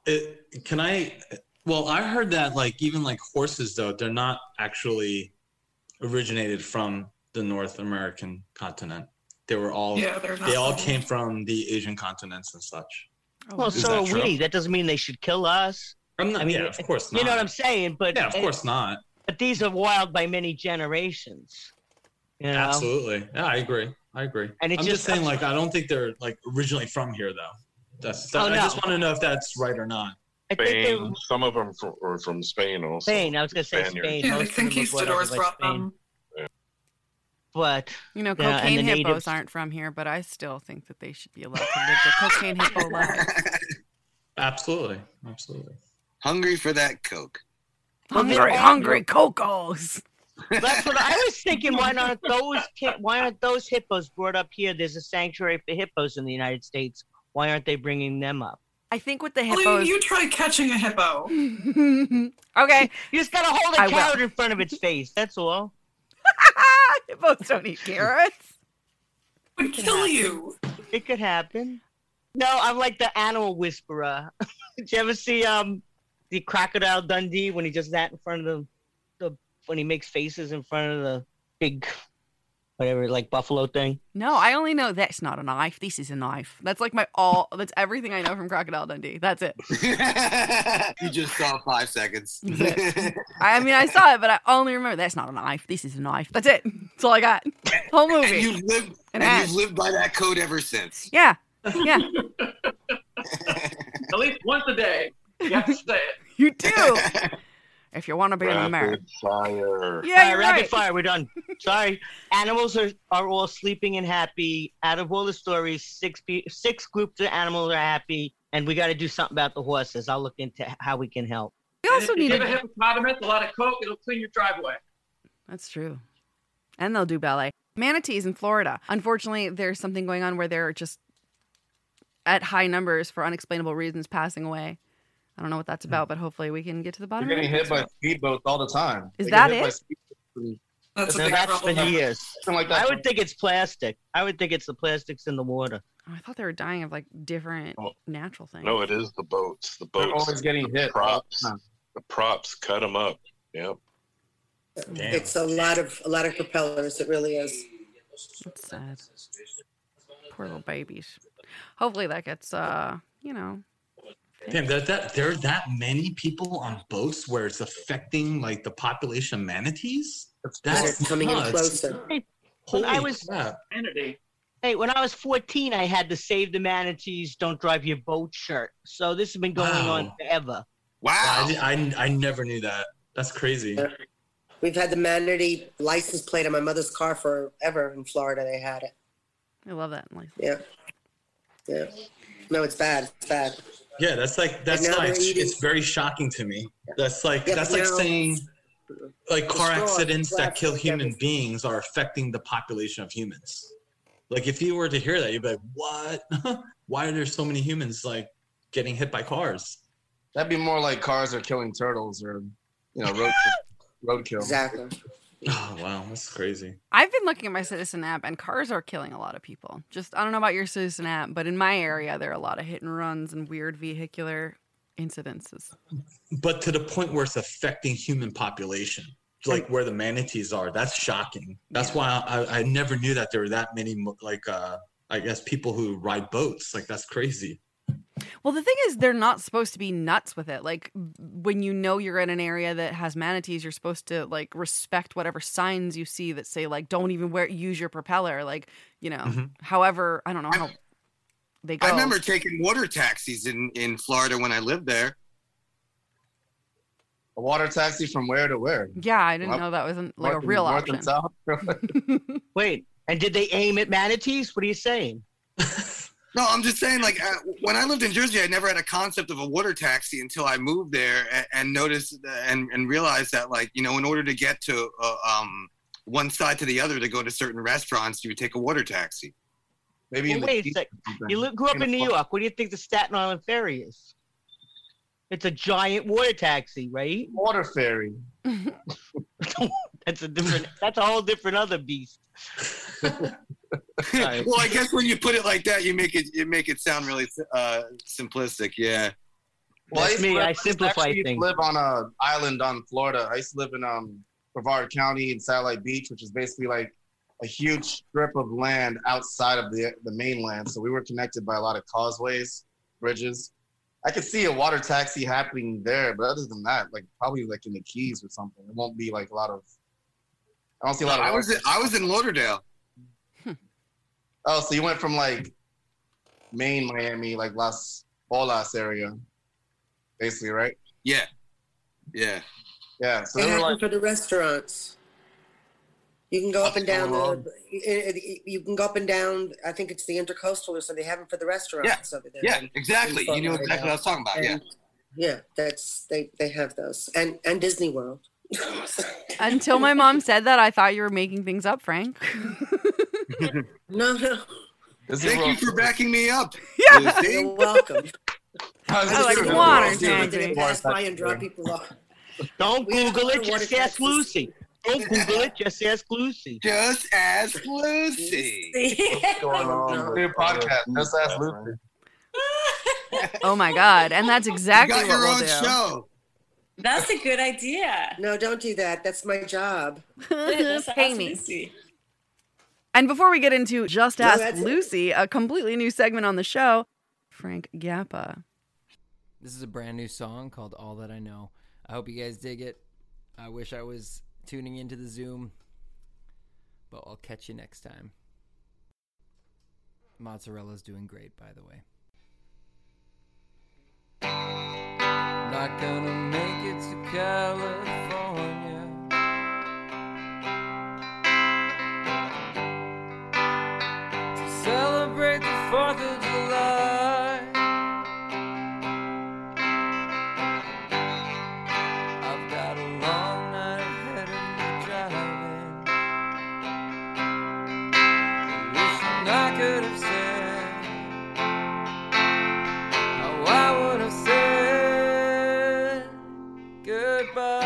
It, can I? Well, I heard that like even like horses though they're not actually originated from the North American continent. They were all Yeah, they're not. they all came from the Asian continents and such. well, Is so that are we. true? That doesn't mean they should kill us. I'm not. yeah, of course not. You know what I'm saying? But Yeah, of course not. But these are wild by many generations. You know? Absolutely. Yeah, I agree. I agree. And it I'm just- just saying, like, I don't think they're like originally from here, though. That's. That, Oh, I no. just want to know if that's right or not. I think they- Spain. Some of them from, are from Spain also. Spain. I was gonna say Spaniards. Spain. Yeah, the Most of them look conquistadors whatever, like brought them. Spain. But You know, Yeah, and cocaine the hippos natives- aren't from here, but I still think that they should be allowed to live their cocaine hippo life. Absolutely. Absolutely. Hungry for that coke. Hungry, hungry cocos. That's what I was thinking. Why not those? ki- Why aren't those hippos brought up here? There's a sanctuary for hippos in the United States. Why aren't they bringing them up? I think with the Blaine, hippos. you try catching a hippo. okay. You just gotta hold a I will. carrot in front of its face. That's all. hippos don't eat carrots. Would kill you. It could happen. No, I'm like the animal whisperer. Did you ever see um the crocodile Dundee when he does that in front of the, the when he makes faces in front of the big whatever like buffalo thing? No, I only know that's not a knife. This is a knife. That's like my all. That's everything I know from Crocodile Dundee. That's it. You just saw five seconds. I I mean, I saw it, but I only remember that's not a knife. This is a knife. That's it. That's all I got. Whole movie. And you've lived, An and ass. you've lived by that code ever since. yeah. Yeah. At least once a day. You have to say it. You do. if you want to be an American. fire. Yeah, All you're rapid right. fire. We're done. Sorry, animals are, are all sleeping and happy. Out of all the stories, six pe- six groups of animals are happy, and we got to do something about the horses. I'll look into how we can help. We also If you need give a to. hippopotamus a lot of coke, it'll clean your driveway. That's true. And they'll do ballet. Manatees in Florida. Unfortunately, there's something going on where they're just at high numbers for unexplainable reasons passing away. I don't know what that's about, but hopefully we can get to the bottom They're of getting it. hit by speedboats all the time. Is They that get hit it? by speedboats. That's No, that's for years. Something like that. I would think it's plastic. I would think it's the plastics in the water. Oh, I thought they were dying of like different natural things. No, it is the boats. The boats. They're always getting the hit. Props. The props cut them up. Yep. It's a lot of a lot of propellers. It really is. That's sad. Poor little babies. Hopefully that gets uh, you know. Damn, that, that there are that many people on boats where it's affecting like the population of manatees. It's coming in nuts. closer. When I Holy was crap. Sanity. hey, when I was 14, I had the Save the Manatees, Don't Drive Your Boat shirt. So this has been going Wow. on forever. Wow. I, di- I, I never knew that. That's crazy. We've had the manatee license plate on my mother's car forever in Florida. They had it. I love that. Like Yeah. Yeah. No, it's bad. It's bad. Yeah, that's like that's now not. they're It's, eating- it's very shocking to me. That's like Yeah, that's but like now- saying like car Destroy, accidents that blast, kill human beings are affecting the population of humans. Like if you were to hear that, you'd be like, "What? Why are there so many humans like getting hit by cars?" That'd be more like cars are killing turtles or, you know, road roadkill. Exactly. Oh wow, that's crazy. I've been looking at my Citizen app, and cars are killing a lot of people. Just I don't know about your Citizen app, but in my area, there are a lot of hit and runs and weird vehicular incidences. But to the point where it's affecting human population, like where the manatees are, that's shocking. That's why I, I never knew that there were that many mo- like uh I guess people who ride boats. Like that's crazy. Well, the thing is, they're not supposed to be nuts with it. Like when you know you're in an area that has manatees, you're supposed to like respect whatever signs you see that say like "Don't even wear use your propeller." Like you know, Mm-hmm. Mhm. however, I don't know how they go. I remember taking water taxis in, in Florida when I lived there. A water taxi from where to where? Yeah, I didn't Well, know that wasn't like a north and- real north option. and south. Wait, and did they aim at manatees? What are you saying? No, I'm just saying, like, uh, when I lived in Jersey, I never had a concept of a water taxi until I moved there and, and noticed uh, and, and realized that, like, you know, in order to get to uh, um, one side to the other to go to certain restaurants, you would take a water taxi. Maybe Well, wait a sec. You li- grew up in New York. What do you think the Staten Island Ferry is? It's a giant water taxi, right? Water ferry. Oh, that's a different. That's a whole different other beast. well, I guess when you put it like that, you make it you make it sound really uh, simplistic. Yeah. Well, That's used to me, live- I used to simplify actually used to things. Live on a island on Florida. I used to live in um Brevard County in Satellite Beach, which is basically like a huge strip of land outside of the the mainland. So we were connected by a lot of causeways, bridges. I could see a water taxi happening there, but other than that, like probably like in the Keys or something. It won't be like a lot of. I don't see a lot of. Hmm. I was in, I was in Lauderdale. Oh, so you went from like main Miami, like Las Olas area, basically, right? Yeah. Yeah. Yeah. So It they were happens like, for the restaurants. You can go up and down the. it- it- You can go up and down. I think it's the intercoastal or something. They have them for the restaurants over there. Yeah, exactly. You know exactly what I was talking about. Yeah. And- Yeah, that's they. They have those and and Disney World. Until my mom said that, I thought you were making things up, Frank. no, no. Thank you for backing me up. Yeah. Lucy. You're welcome. I was Oh, I like, just "Water wanted to taxi." Didn't pass by and drop people off. Don't We have Google water it. Just taxis. ask Lucy. Don't Google it. Just ask Lucy. Just ask Lucy. What's going on? New podcast. Just ask Lucy. oh my god! And that's exactly got your what own we'll do. show. That's a good idea. No, don't do that. That's my job. That's Pay me. And before we get into Just No, Ask that's it. Lucy, a completely new segment on the show, Frank Gappa. This is a brand new song called All That I Know. I hope you guys dig it. I wish I was tuning into the Zoom, but I'll catch you next time. Mozzarella's doing great, by the way. Not gonna make it to California. To celebrate the 4th of July. I've got a long night ahead of me driving. Wishing I could have said how I would have said goodbye.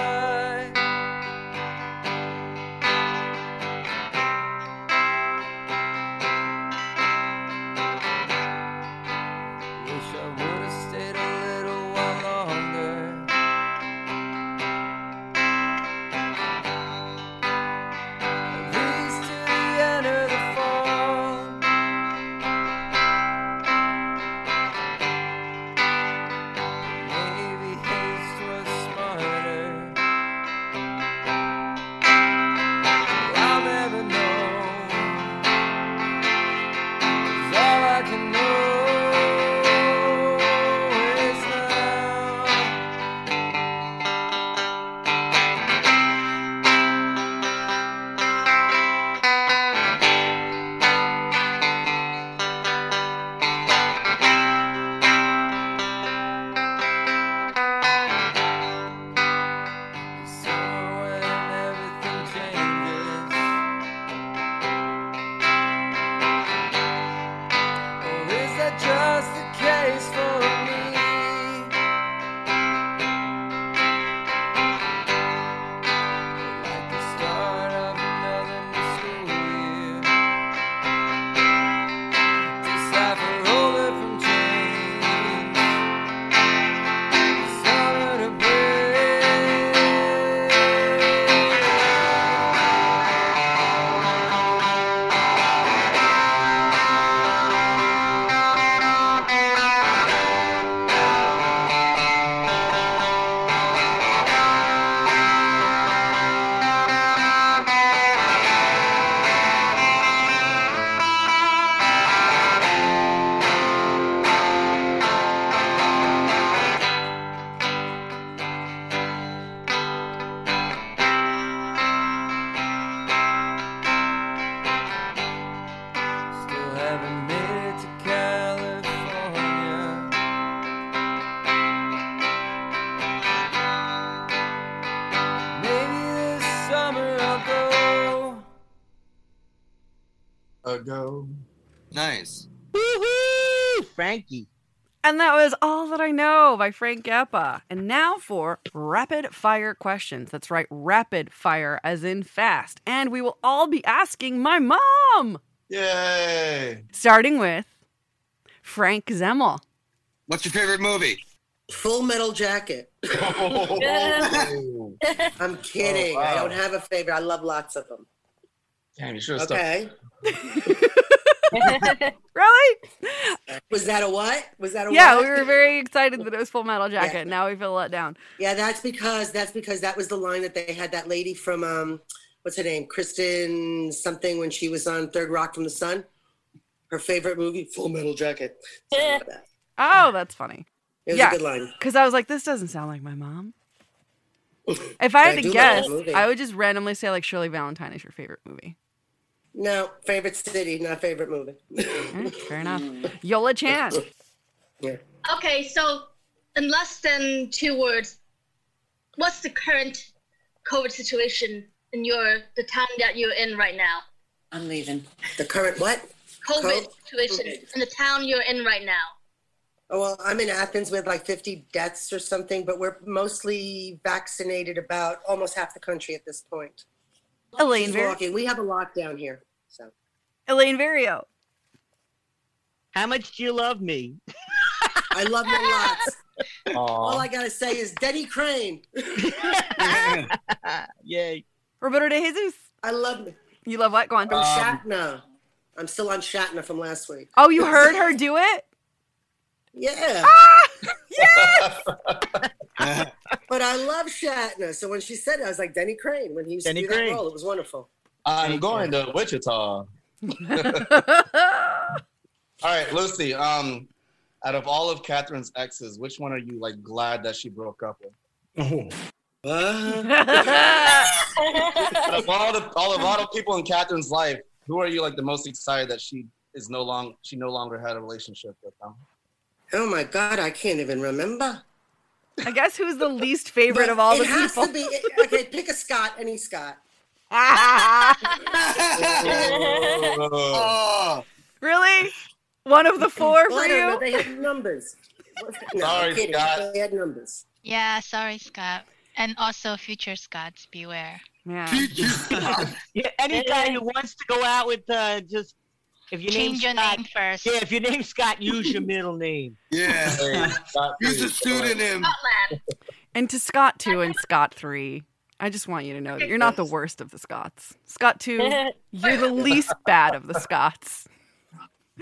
ago. Nice. Woohoo! Frankie. And that was All That I Know by Frank Zappa. And now for rapid fire questions. That's right, rapid fire, as in fast. And we will all be asking my mom. Yay! Starting with Frank Zemmel. What's your favorite movie? Full Metal Jacket. I'm kidding. Oh, wow. I don't have a favorite. I love lots of them. Damn, you should have Okay. really? Was that a what? Was that a Yeah, what? we were very excited that it was Full Metal Jacket. Now we feel let down. Yeah, that's because that's because that was the line that they had that lady from um what's her name? Kristen something when she was on Third Rock from the Sun. Her favorite movie, Full Metal Jacket. Eh. Oh, that's funny. It was a good line. Because I was like, this doesn't sound like my mom. If I But I had do to love guess, that movie. I would just randomly say like Shirley Valentine is your favorite movie. No, favorite city, not favorite movie. Fair enough. Mm. Yola Chan. Okay, so in less than two words, what's the current COVID situation in your the town that you're in right now? I'm leaving. The current what? COVID Co- situation in the town you're in right now. Oh, well, I'm in Athens with like 50 deaths or something, but we're mostly vaccinated about almost half the country at this point. Elaine Just Ver- walking. We have a lockdown here. So Elaine Vario. How much do you love me? I love you lots. All Aw. I gotta say is Denny Crane. Yay. Roberto de Jesus. I love Um, You love what? Go on. I'm Shatna. I'm still on Shatna from last week. Oh, you heard her do it? Yeah. yes. but I love Shatna. So when she said it, I was like Denny Crane when he used Denny to do that Crane. role. It was wonderful. I'm going to Wichita. All right, Lucy. Um, out of all of Catherine's exes, which one are you like glad that she broke up with? Oh. out of all the all of all the people in Catherine's life, who are you like the most excited that she is no long she no longer had a relationship with them? Oh my God, I can't even remember. I guess who's the least favorite of all it the has people? to be okay. Pick a Scott, any Scott. Oh. Really? One of the four for I don't know, you? They had numbers. No, Sorry, I'm kidding. Scott. They had numbers. Yeah, sorry, Scott. And also, future Scots, beware. Yeah. Yeah, any guy who wants to go out with uh, just if you Change your name Scott, name first. Yeah, if your name's Scott, use your middle Ah! name. Yeah. Use a pseudonym. And to Scott 2 and Scott 3. I just want you to know that you're not the worst of the Scots. Scott 2, you're the least bad of the Scots.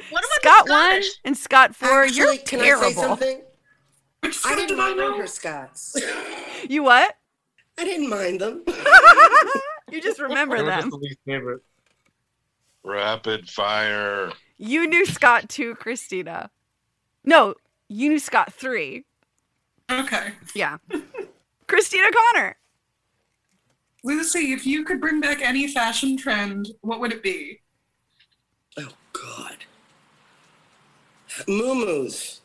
What Scott 1 and Scott 4, you're Actually, can I say terrible. something? I didn't mind her Scots. You what? I didn't mind them. you just remember They were them. favorite. Rapid fire. You knew Scott 2, Christina. No, you knew Scott 3. Okay. Yeah. Christina Connor. Lucy, if you could bring back any fashion trend, what would it be? Moo-moos.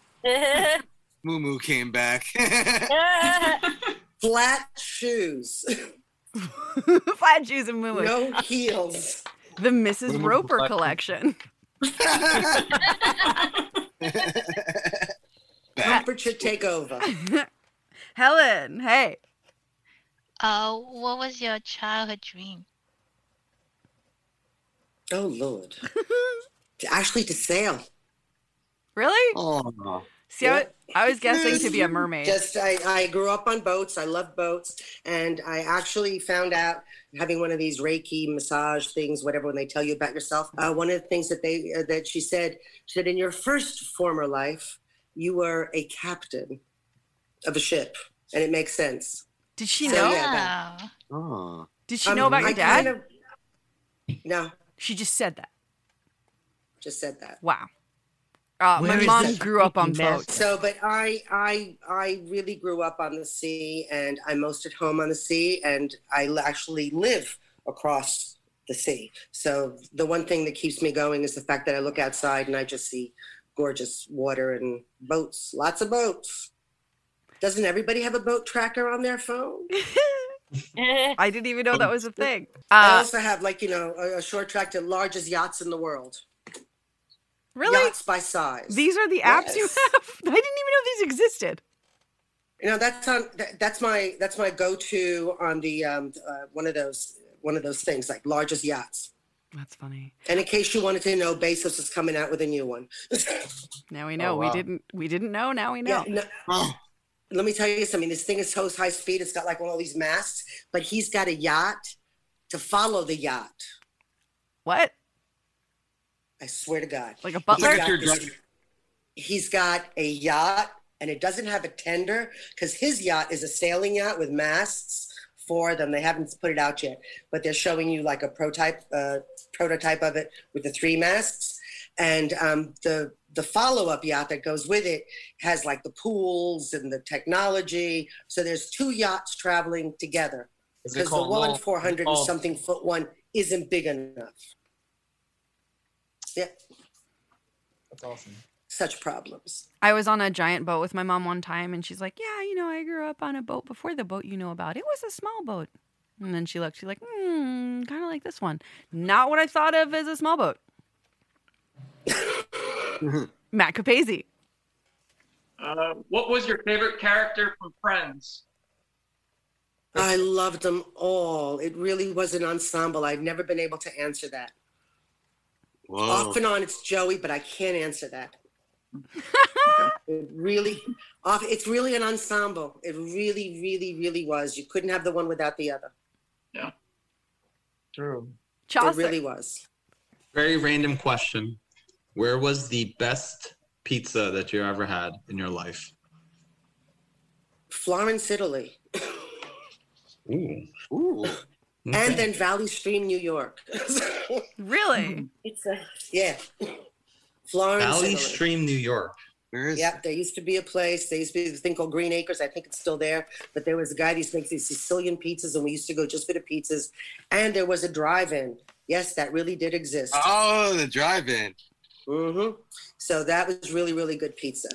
Moo Moo came back. Flat shoes. Flat shoes and moo No heels. The Mrs. Moo-moo Roper collection. collection. Temperature takeover. Helen, hey. Uh, what was your childhood dream? Oh Lord. To- Actually, to sail. Really? Oh. See, I, I was guessing to be a mermaid. Just I, I grew up on boats. I love boats, and I actually found out having one of these Reiki massage things, whatever, when they tell you about yourself. Uh, one of the things that they uh, that she said, she said, in your first former life, you were a captain of a ship, and it makes sense. Did she So, know? yeah, that- Oh. Did she know about your Um, I dad? kind of- no, she just said that. just said that. Wow. Uh, Where my is mom that grew up on freaking mess? boats. So, but I, I, I really grew up on the sea, and I'm most at home on the sea, and I l- actually live across the sea. So, the one thing that keeps me going is the fact that I look outside and I just see gorgeous water and boats, lots of boats. Doesn't everybody have a boat tracker on their phone? I didn't even know that was a thing. I Uh, also have like you know a, a short track to largest yachts in the world. Really? Yachts by size. these are the apps you Yes. have. I didn't even know these existed. You know that's on that, that's my that's my go to on the um uh, one of those one of those things like largest yachts. That's funny. And in case you wanted to know, Bezos is coming out with a new one. Now we know. We wow. didn't. We didn't know. Now we know. Yeah, no- oh, Let me tell you something. This thing is so high speed. It's got like all these masts, but he's got a yacht to follow the yacht. What? I swear to God. Like a He's butler? got Like this- your he's got a yacht and it doesn't have a tender because his yacht is a sailing yacht with masts for them. They haven't put it out yet, but they're showing you like a prototype uh, prototype of it with the three masts. And um, the the follow up yacht that goes with it has like the pools and the technology. So there's two yachts traveling together Is it because the called one Lol? 400 and Lol? something foot one isn't big enough. Yeah. That's awesome. Such problems. I was on a giant boat with my mom one time, and she's like, "Yeah, you know, I grew up on a boat before the boat you know about. It was a small boat." And then she looked. She's like, "Hmm, kind of like this one. Not what I thought of as a small boat." Matt Capazzi. Uh, what was your favorite character from Friends? I loved them all. It really was an ensemble. I've never been able to answer that. Off and on, it's Joey, but I can't answer that. it really, off. It's really an ensemble. It really, really, really was. You couldn't have the one without the other. True. It really was. Very random question. Where was the best pizza that you ever had in your life? Florence, Italy, Ooh. Ooh. and then Valley Stream, New York. really? It's a yeah. Florence, Valley Italy. Stream, New York. Where Yep, there used to be a place. There used to be this thing called Green Acres. I think it's still there. But there was a guy that used to make these Sicilian pizzas, and we used to go just for the pizzas. And there was a drive-in. Yes, that really did exist. Oh, the drive-in. hmm So that was really, really good pizza.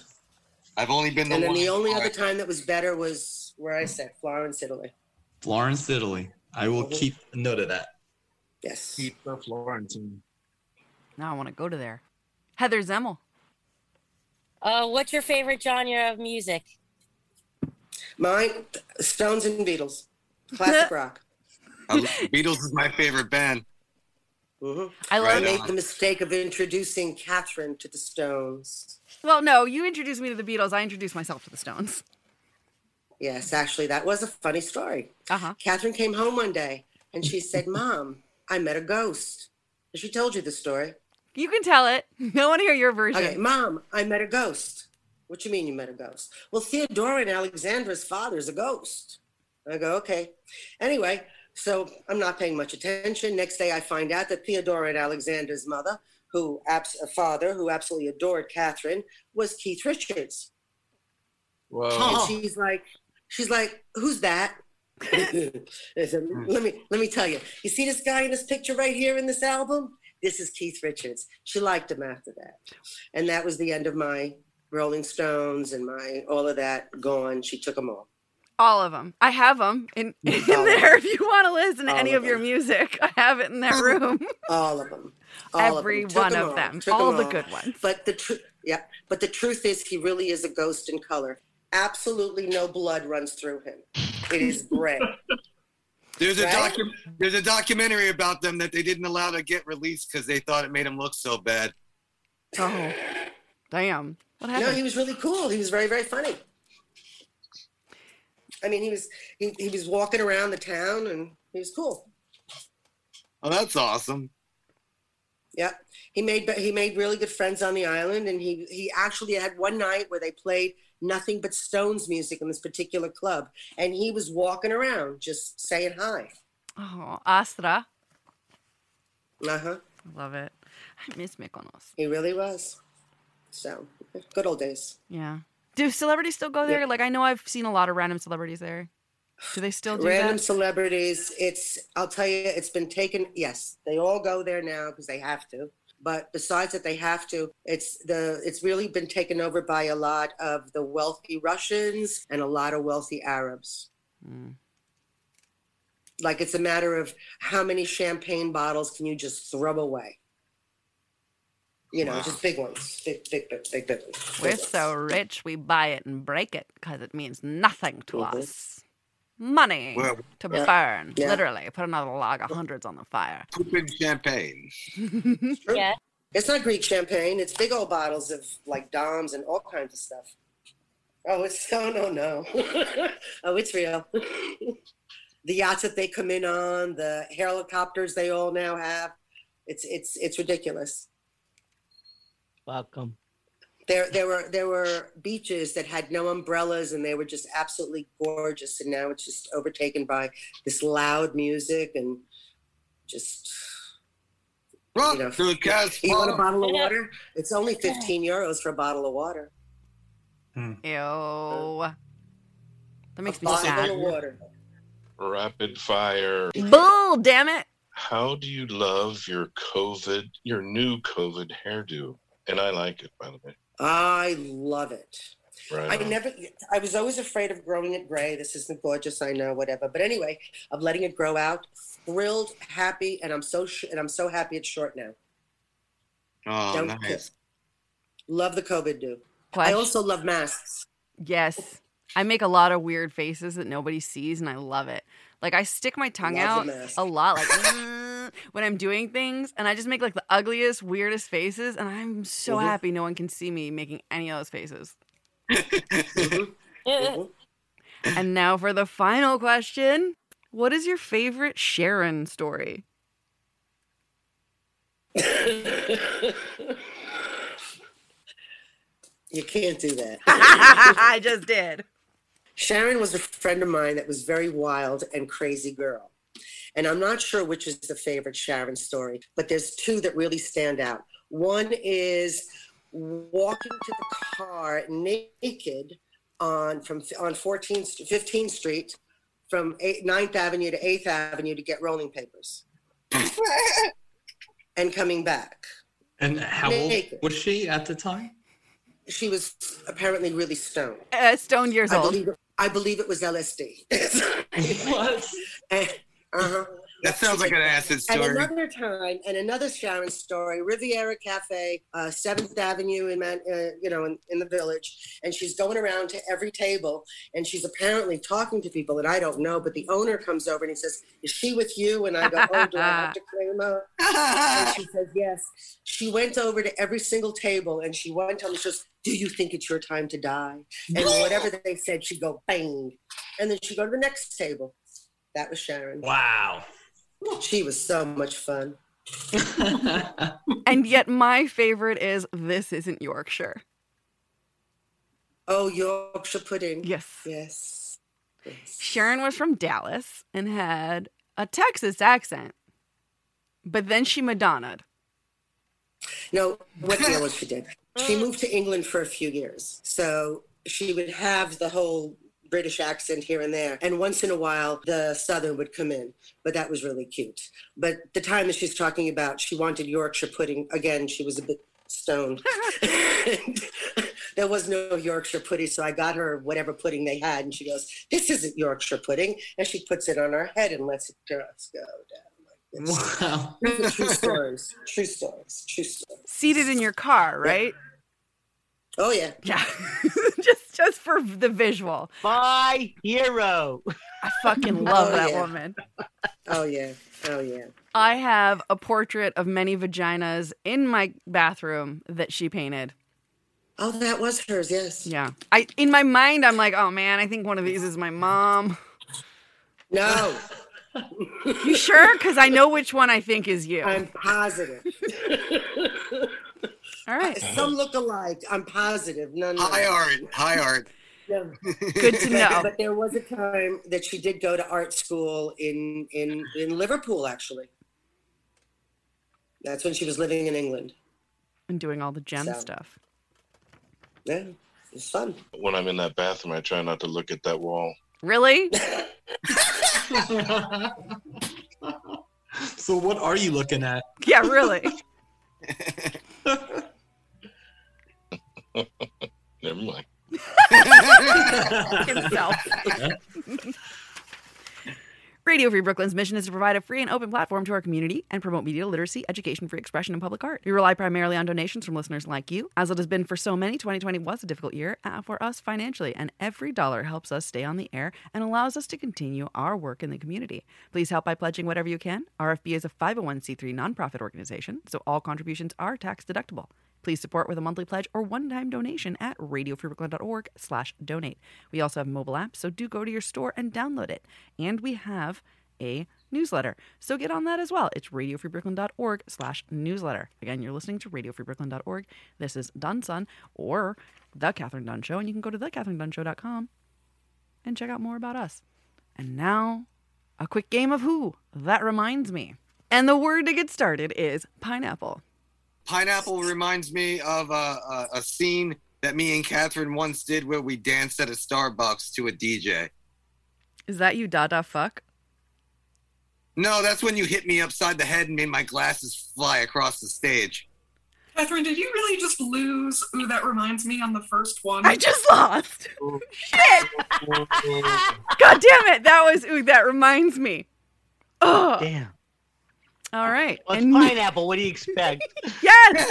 I've only been the and then one. the only other time that was better was where I said Florence, Italy. Florence, Italy. I will Mhm. keep note of that. Yes. Pizza Florentine. Now I want to go to there. Heather Zemmel. Uh, what's your favorite genre of music? Mine, Stones and Beatles, classic rock. I love- uh, Beatles is my favorite band. Mhm. I love- made the mistake of introducing Catherine to the Stones. Well, no, you introduced me to the Beatles. I introduced myself to the Stones. Yes, actually, that was a funny story. Uh-huh. Catherine came home one day and she said, Mom, I met a ghost. And She told you the story. You can tell it. No one hear your version. Okay, Mom, I met a ghost. What you mean you met a ghost? Well, Theodora and Alexandra's father is a ghost. I go, okay. Anyway, so I'm not paying much attention. Next day, I find out that Theodora and Alexander's mother, who abs- a father who absolutely adored Catherine, was Keith Richards. Whoa. Um, And she's like, she's like, who's that? I said, let me let me tell you. You see this guy in this picture right here in this album? This is Keith Richards. She liked him after that, and that was the end of my Rolling Stones and my all of that gone. She took them all. All of them. I have them in, in there if you want to listen to any of your music. I have it in that room. All of them. All Every of them. Took one of all. them. Took All the good ones. But the truth, yeah. But the truth is, he really is a ghost in color. Absolutely no blood runs through him. It is gray. There's a Right? docu- There's a documentary about them that they didn't allow to get released because they thought it made them look so bad. Oh, damn. What happened? No, he was really cool. He was very, very funny. I mean, he was he, he was walking around the town and he was cool. Oh, that's awesome. Yeah, he made he made really good friends on the island, and he he actually had one night where they played nothing but Stones music in this particular club, and he was walking around just saying hi. Oh, Astra. Uh huh. Love it. I miss Mykonos. He really was. So good old days. Yeah. Do celebrities still go there? Yeah. Like, I know I've seen a lot of random celebrities there. Do they still do Random that? celebrities. It's I'll tell you, it's been taken. Yes, they all go there now because they have to. But besides that, they have to. It's the it's really been taken over by a lot of the wealthy Russians and a lot of wealthy Arabs. Like it's a matter of how many champagne bottles can you just throw away? You know, Wow. just big ones, big, big, big, big, big ones. We're so rich we buy it and break it because it means nothing to Mm-hmm. us. Money Well, to yeah. burn, Yeah. literally. Put another log of hundreds on the fire. Pooping champagne. yeah. It's not Greek champagne. It's big old bottles of like Doms and all kinds of stuff. Oh, it's oh no no. oh, it's real. the yachts that they come in on, the helicopters they all now have. It's it's it's ridiculous. Welcome. There there were there were beaches that had no umbrellas and they were just absolutely gorgeous and now it's just overtaken by this loud music and just Run through the gas. you want a bottle of Yeah. water? It's only 15 euros for a bottle of water. Ew. That makes me Bottle of sad. water. Rapid fire. Bull, damn it. How do you love your COVID, your new COVID hairdo? And I like it, by the way. I love it. Right. I on. never, I was always afraid of growing it gray. This isn't gorgeous, I know, whatever. But anyway, of letting it grow out. Thrilled, happy, and I'm so sh- and I'm so happy it's short now. Oh, Don't nice. Love the COVID do. I Question- also love masks. Yes. I make a lot of weird faces that nobody sees and I love it. Like I stick my tongue Love the out mask. a lot like "Mm," when I'm doing things and I just make like the ugliest weirdest faces and I'm so Mhm. happy no one can see me making any of those faces. and now for the final question. What is your favorite Sharon story? You can't do that. I just did. Sharon was a friend of mine that was very wild and crazy girl. And I'm not sure which is the favorite Sharon story, but there's two that really stand out. One is walking to the car naked on from on 14th, St- 15th Street from 8, 9th Avenue to 8th Avenue to get rolling papers and coming back. And how old Naked. was she at the time? She was apparently really stoned. Uh, stoned years I old. Believe it, I believe it was LSD. what? uh-huh. That sounds like an acid And story. another time, and another Sharon story, Riviera Cafe, uh, 7th Avenue in, Man- uh, you know, in, in the village. And she's going around to every table and she's apparently talking to people that I don't know, but the owner comes over and he says, is she with you? And I go, oh, do I have to claim her? and she says, yes. She went over to every single table and she went on and she goes, do you think it's your time to die? And whatever they said, she'd go bang. And then she'd go to the next table. That was Sharon. Wow. She was so much fun. and yet my favorite is this isn't Yorkshire. Oh, Yorkshire pudding. Yes. Yes. Sharon was from Dallas and had a Texas accent, but then she Madonna'd. No, what do you know what she did? She moved to England for a few years. So she would have the whole British accent here and there. And once in a while, the Southern would come in. But that was really cute. But the time that she's talking about, she wanted Yorkshire pudding. Again, she was a bit stoned. there was no Yorkshire pudding. So I got her whatever pudding they had. And she goes, This isn't Yorkshire pudding. And she puts it on her head and lets it just go down like this. Wow. These are true stories. True stories. True stories. Seated in your car, right? Oh yeah. Yeah. just just for the visual. My hero. I fucking love Oh, that yeah. woman. Oh yeah. Oh yeah. I have a portrait of many vaginas in my bathroom that she painted. Oh, that was hers, yes. Yeah. I in my mind I'm like, "Oh man, I think one of these is my mom." No. You sure? Cuz I know which one I think is you. I'm positive. All right. Some look alike. I'm positive. No, no. High art. High art. No. Good to know. But there was a time that she did go to art school in in in Liverpool, actually. That's when she was living in England. And doing all the gem So. stuff. Yeah, it's fun. When I'm in that bathroom, I try not to look at that wall. Really? So what are you looking at? yeah, really. Never mind. Himself. Radio Free Brooklyn's mission is to provide a free and open platform to our community and promote media literacy, education, free expression, and public art. We rely primarily on donations from listeners like you. As it has been for so many, 2020 was a difficult year uh, for us financially, and every dollar helps us stay on the air and allows us to continue our work in the community. Please help by pledging whatever you can. RFB is a 501c3 nonprofit organization, so all contributions are tax deductible. Please support with a monthly pledge or one-time donation at radiofreebrooklyn.org slash donate. We also have a mobile app, so do go to your store and download it. And we have a newsletter, so get on that as well. It's radiofreebrooklyn.org slash newsletter. Again, you're listening to radiofreebrooklyn.org. This is Dunson or The Catherine Dunn Show, and you can go to thecatherinedunshow.com and check out more about us. And now, a quick game of Who. That reminds me. And the word to get started is pineapple. Pineapple reminds me of a, a, a scene that me and Catherine once did where we danced at a Starbucks to a DJ. Is that you, Dada Fuck? No, that's when you hit me upside the head and made my glasses fly across the stage. Catherine, did you really just lose? Ooh, that reminds me on the first one. I just lost. Shit! God damn it! That was ooh. That reminds me. Ugh. Damn. All right. Well, it's pineapple. What do you expect?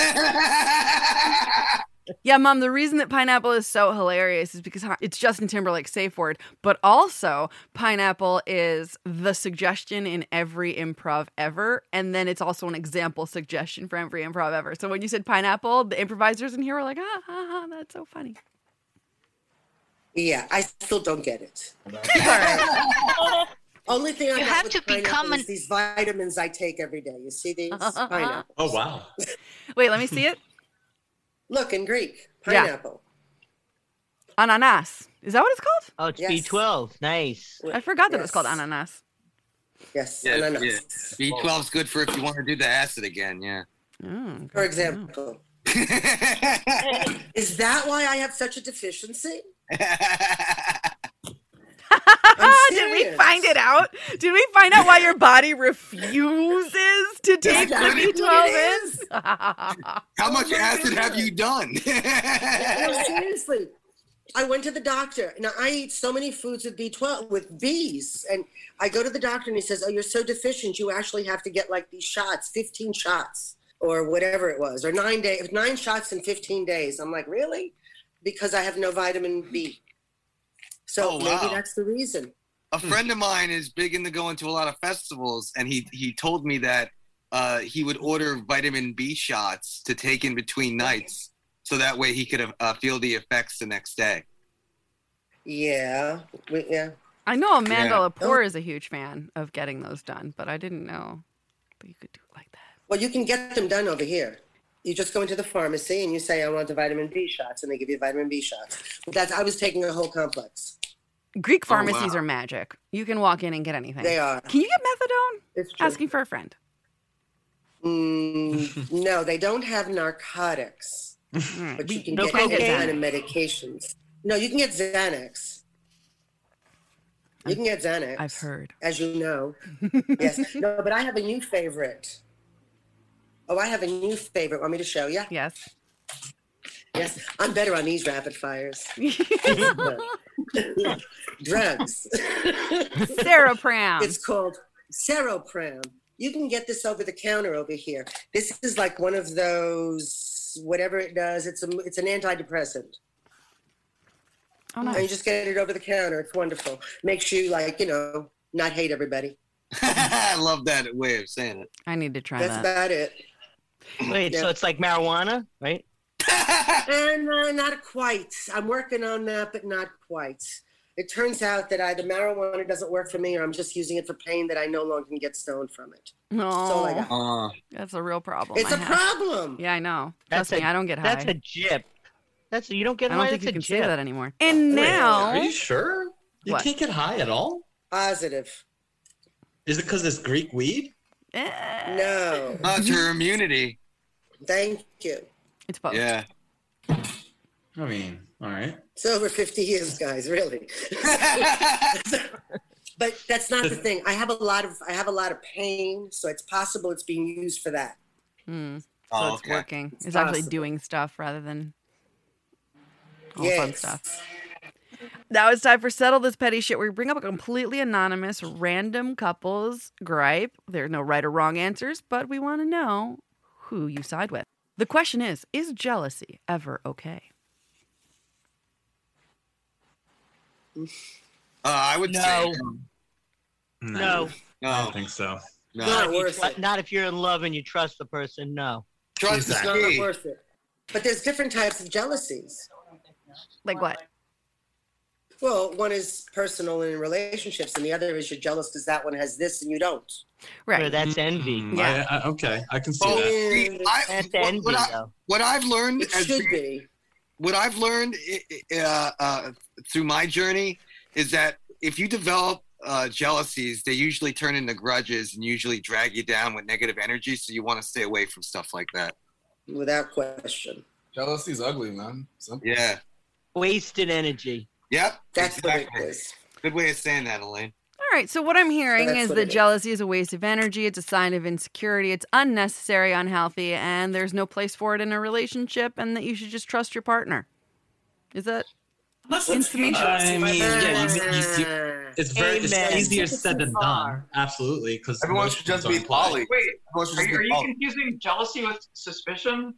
Yes. yeah, mom. The reason that pineapple is so hilarious is because hi- it's Justin Timberlake's safe word, but also pineapple is the suggestion in every improv ever, and then it's also an example suggestion for every improv ever. So when you said pineapple, the improvisers in here were like, ah, ha, ha, that's so funny. Yeah, I still don't get it. Only thing I You got have with to pineapple become an- is these vitamins I take every day. You see these? Pineapple. Oh wow. Wait, let me see it. Look in Greek, Yeah. pineapple. Ananas. Is that what it's called? Oh, it's B12. Nice. I forgot that it was Yes. called ananas. Yes, Yeah, ananas. yeah. B12's good for if you want to do the acid again. Yeah. Oh, For example. Is that why I have such a deficiency? Ah, Did we find it out? Did we find out why your body refuses to take the exactly B12 what it in? How much acid have you done? no, seriously. I went to the doctor. Now I eat so many foods with B12 with B's, and I go to the doctor and he says, "Oh, you're so deficient. You actually have to get like these shots, 15 shots, or whatever it was, or nine day, nine shots in 15 days." I'm like, really? Because I have no vitamin B. So Oh, wow. maybe that's the reason. a friend of mine is big into going to a lot of festivals, and he he told me that uh, he would order vitamin B shots to take in between nights, so that way he could uh, feel the effects the next day. Yeah, we, yeah. I know Amanda Yeah. Lepore Oh. is a huge fan of getting those done, but I didn't know. Well, you can get them done over here. You just go into the pharmacy and you say, "I want the vitamin B shots," and they give you vitamin B shots. But that's I was taking a whole complex. Greek Oh, wow. pharmacies are magic. You can walk in and get anything. They are. Can you get methadone? It's true. Asking for a friend. Mm, no, they don't have narcotics, but you can Mm. No get all cocaine? kind of medications. No, you can get Xanax. You can get Xanax. I've heard. as you know. yes. No, but I have a new favorite. Oh, I have a new favorite. Want me to show you? Yes. Yes. I'm better on these rapid fires. Drugs. Seropram. It's called Seropram. You can get this over the counter over here. This is like one of those whatever it does. It's a it's an antidepressant. Oh, And you just get it over the counter. It's wonderful. Makes you like you know not hate everybody. I love that way of saying it. I need to try That's about it. Wait, Yeah. so it's like marijuana, right? and uh, not quite. I'm working on that, but not quite. It turns out that either marijuana doesn't work for me, or I'm just using it for pain that I no longer can get stoned from it. No. all I got. That's a real problem. It's a a problem. Yeah, I know. Trust me, I don't get high. That's a jip. That's you don't get I high. don't think you that's a can say jip. that anymore. And now, Are you sure? You What? can't get high at all? Positive. Is it because it's Greek weed? Uh, No. Not your immunity. Thank you. It's both. Yeah. I mean, all right. It's over 50 years, guys, really. but that's not the thing. I have a lot of I have a lot of pain, so it's possible it's being used for that. Hmm. so Oh, it's okay. working. It's, It's actually possible. doing stuff rather than all fun Yes. stuff. Now it's time for Settle This Petty Shit, where we bring up a completely anonymous, random couple's gripe. There are no right or wrong answers, but we want to know who you side with. The question is Is jealousy ever okay? Uh, I would say No. No. No. I don't think so. not, if you tru- not if you're in love and you trust the person. No. Trust is not worth it. But there's different types of jealousies. Like what? Well, one is personal and in relationships, and the other is you're jealous because that one has this and you don't. Right. that's envy. Yeah. Mm-hmm. I, I, okay, I can see Oh, that. see, I- That's what, what envy, I, though. what I've learned It as should being- be. what I've learned i- i- uh, uh, through my journey is that if you develop uh, jealousies, they usually turn into grudges and usually drag you down with negative energy. So you want to stay away from stuff like that. Without question. Jealousy's ugly, man. Yeah. Wasted energy. Yep. That's exactly. Good way of saying that, Elaine. All right, so what I'm hearing That's is what that it is. jealousy is a waste of energy, it's a sign of insecurity, it's unnecessary, unhealthy, and there's no place for it in a relationship, and that you should just trust your partner. Is that I mean, yeah, you, you, you, it's very it's Amen. easier said than done. Absolutely, because everyone should just be poly. Wait, are, you- are you confusing jealousy with suspicion?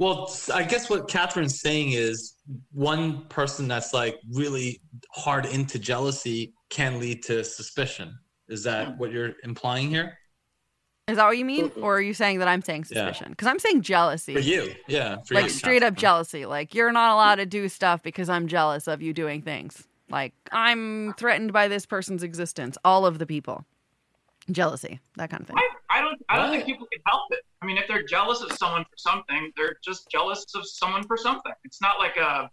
Well, I guess what Catherine's saying is one person that's like really hard into jealousy can lead to suspicion. Is that what you're implying here? is that what you mean, or are you saying that I'm saying Yeah. suspicion? Because I'm saying jealousy. For you, yeah, for like you, straight up jealousy. Like you're not allowed to do stuff because I'm jealous of you doing things. Like I'm threatened by this person's existence, all of the people. Jealousy, that kind of thing. I don't. I don't think people can help it. I mean, if they're jealous of someone for something, they're just jealous of someone for something. It's not like a.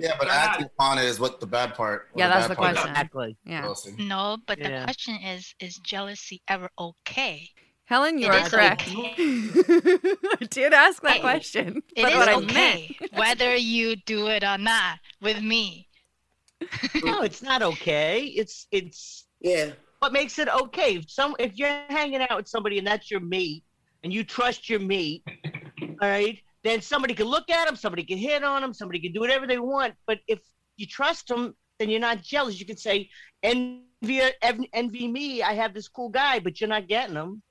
Yeah, but acting upon it is what the bad part. or Yeah, that's bad the part is. question. Exactly. Yeah. Jealousy. No, but the Yeah. question is is jealousy ever okay? Helen, you It are is correct. I did ask that question. It but is what I meant. okay whether you do it or not with me. no, it's not okay. It's it's Oh. yeah. What makes it okay? If some if you're hanging out with somebody and that's your mate and you trust your mate, all right, then somebody can look at them, somebody can hit on them, somebody can do whatever they want. But if you trust them, then you're not jealous. You can say envy en- envy me. I have this cool guy, but you're not getting him.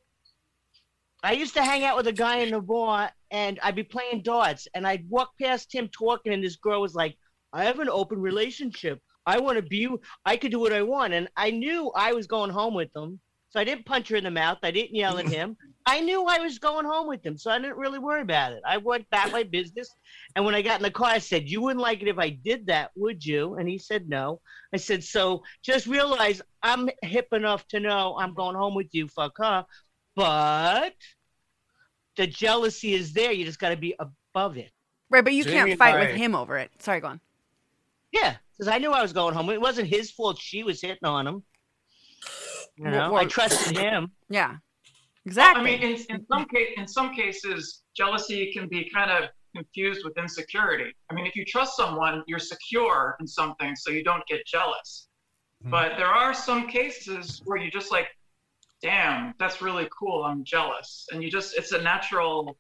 I used to hang out with a guy in the bar and I'd be playing darts and I'd walk past him talking and this girl was like, I have an open relationship. I want to be, I could do what I want. And I knew I was going home with him. So I didn't punch her in the mouth. I didn't yell at him. I knew I was going home with him. So I didn't really worry about it. I went back my business. And when I got in the car, I said, You wouldn't like it if I did that, would you? And he said, No. I said, So just realize I'm hip enough to know I'm going home with you. Fuck her but the jealousy is there. You just got to be above it. Right, but you Jamie can't and fight I- with him over it. Sorry, go on. Yeah, because I knew I was going home. It wasn't his fault. She was hitting on him. You Well, know, I well- trusted him. Yeah. Exactly. I mean, in, in some case, in some cases, jealousy can be kind of confused with insecurity. I mean, if you trust someone, you're secure in something, so you don't get jealous. Mm-hmm. But there are some cases where you just like, damn, that's really cool. I'm jealous, and you just—it's a natural,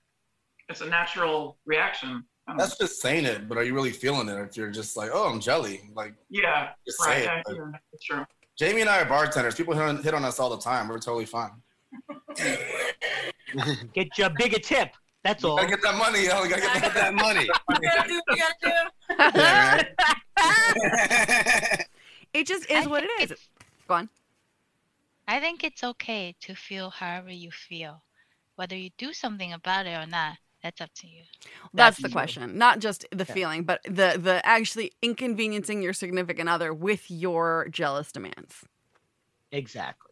it's a natural reaction. I don't That's just saying it, but are you really feeling it? If you're just like, oh, I'm jelly. Like, Yeah, Just right. say it, yeah, like- yeah, that's true. Jamie and I are bartenders. People hit on, hit on us all the time. We're totally fine. get your bigger tip. That's all. Gotta get that money, yo. Gotta get that, that money. It just is what it is. Go on. I think it's okay to feel however you feel. Whether you do something about it or not, that's up to you. That's, That's the true. question. Not just the Yeah. feeling, but the the actually inconveniencing your significant other with your jealous demands. Exactly.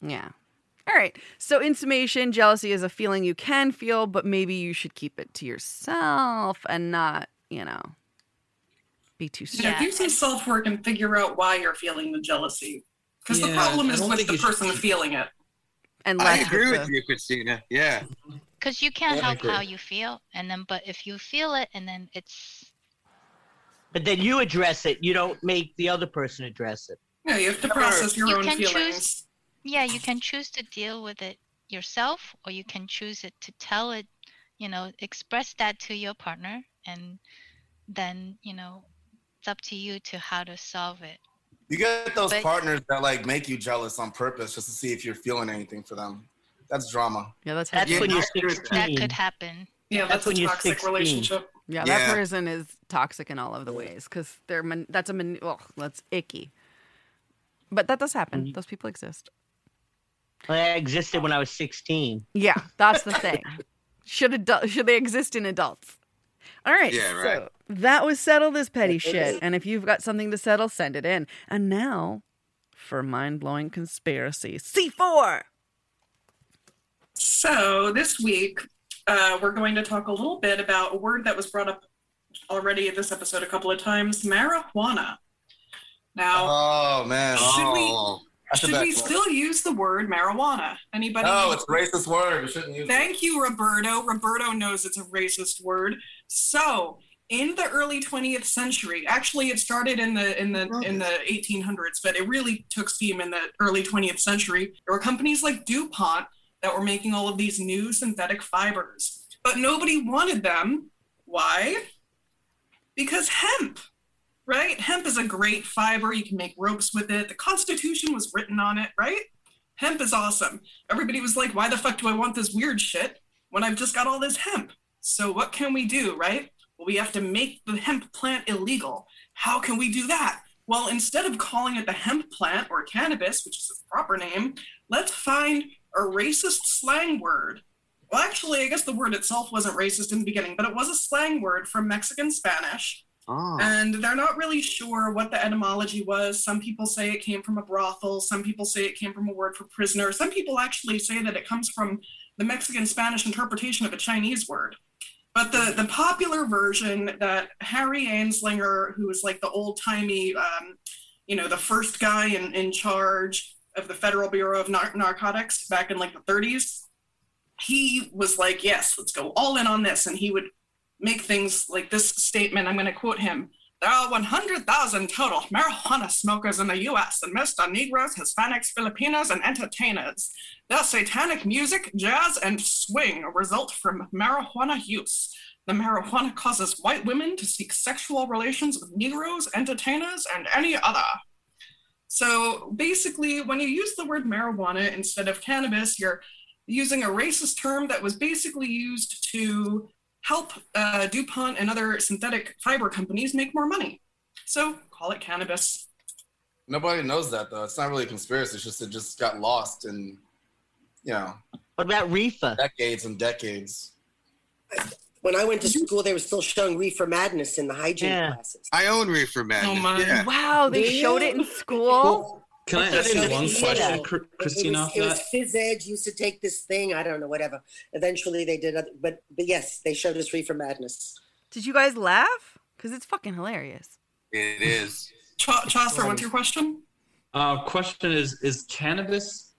Yeah. All right. So in summation, jealousy is a feeling you can feel, but maybe you should keep it to yourself and not, you know, be too You know, strict. do some self work and figure out why you're feeling the jealousy. Because the Yeah, problem I is don't with think the you should person feeling it. And I less agree with with the- you, Christina. Yeah. Because you can't Yeah, I help agree. how you feel, and then but if you feel it, and then it's But then you address it. You don't make the other person address it. Yeah, you have to process your own can feelings. Choose, yeah, you can choose to deal with it yourself, or you can choose it to tell it, you know, express that to your partner, and then you know, up to you to how to solve it. You get those But- partners that like make you jealous on purpose just to see if you're feeling anything for them. That's drama. Yeah, that's That's heavy. when you're That 16. could happen. Yeah, that's That's when a you're toxic 16. relationship. Yeah, Yeah. that person is toxic in all of the ways because they're man- that's a man- oh, that's icky. But that does happen. Those people exist. I existed when I was 16. Yeah, that's the thing. should adult should they exist in adults? All right. Yeah, right. So that was settle this petty shit. And if you've got something to settle, send it in. And now for mind blowing conspiracy C four. So this week, uh, we're going to talk a little bit about a word that was brought up already in this episode a couple of times: marijuana. Now, Oh man. Should we- Oh, that's a should bad we one. still use the word marijuana? Anybody? No, it's a racist word. We shouldn't use it. Thank you, Roberto. Roberto knows it's a racist word. So, in the early 20th century, actually, it started in the in the in the 1800s, but it really took steam in the early 20th century. There were companies like DuPont that were making all of these new synthetic fibers, but nobody wanted them. Why? Because hemp, right? Hemp is a great fiber. You can make ropes with it. The Constitution was written on it, right? hemp is awesome. Everybody was like, why the fuck do I want this weird shit when I've just got all this hemp? So what can we do, right? Well, we have to make the hemp plant illegal. How can we do that? Well, instead of calling it the hemp plant or cannabis, which is its proper name, let's find a racist slang word. Well, actually, I guess the word itself wasn't racist in the beginning, but it was a slang word from Mexican Spanish. And they're not really sure what the etymology was. Some people say it came from a brothel. Some people say it came from a word for prisoner. Some people actually say that it comes from the Mexican Spanish interpretation of a Chinese word. But the, the popular version that Harry Anslinger, who was like the old timey, um, you know, the first guy in, in charge of the Federal Bureau of Nar- Narcotics back in like the 30s, he was like, yes, let's go all in on this. And he would make things like this statement. I'm going to quote him. There are 100,000 total marijuana smokers in the US and most are Negroes, Hispanics, Filipinos, and entertainers. Their satanic music, jazz, and swing result from marijuana use. The marijuana causes white women to seek sexual relations with Negroes, entertainers, and any other. So basically, when you use the word marijuana instead of cannabis, you're using a racist term that was basically used to help uh, DuPont and other synthetic fiber companies make more money. So call it cannabis. Nobody knows that though. It's not really a conspiracy. It's just it just got lost in, you know. What about reefer? Decades and decades. When I went to school, they were still showing reefer madness in the hygiene Yeah. classes. I own reefer madness. yeah. Wow, they Do you? showed it in school. Can I They ask you showed it one in question, Vienna. Chr- It- Christine, It was, off it was that? Phys Ed used to take this thing. I don't know, whatever. Eventually, they did, other, but but yes, they showed us reefer madness. Did you guys laugh? Because it's fucking hilarious. It is. Cha- Chaucer, what's your question? Uh, question is: Is cannabis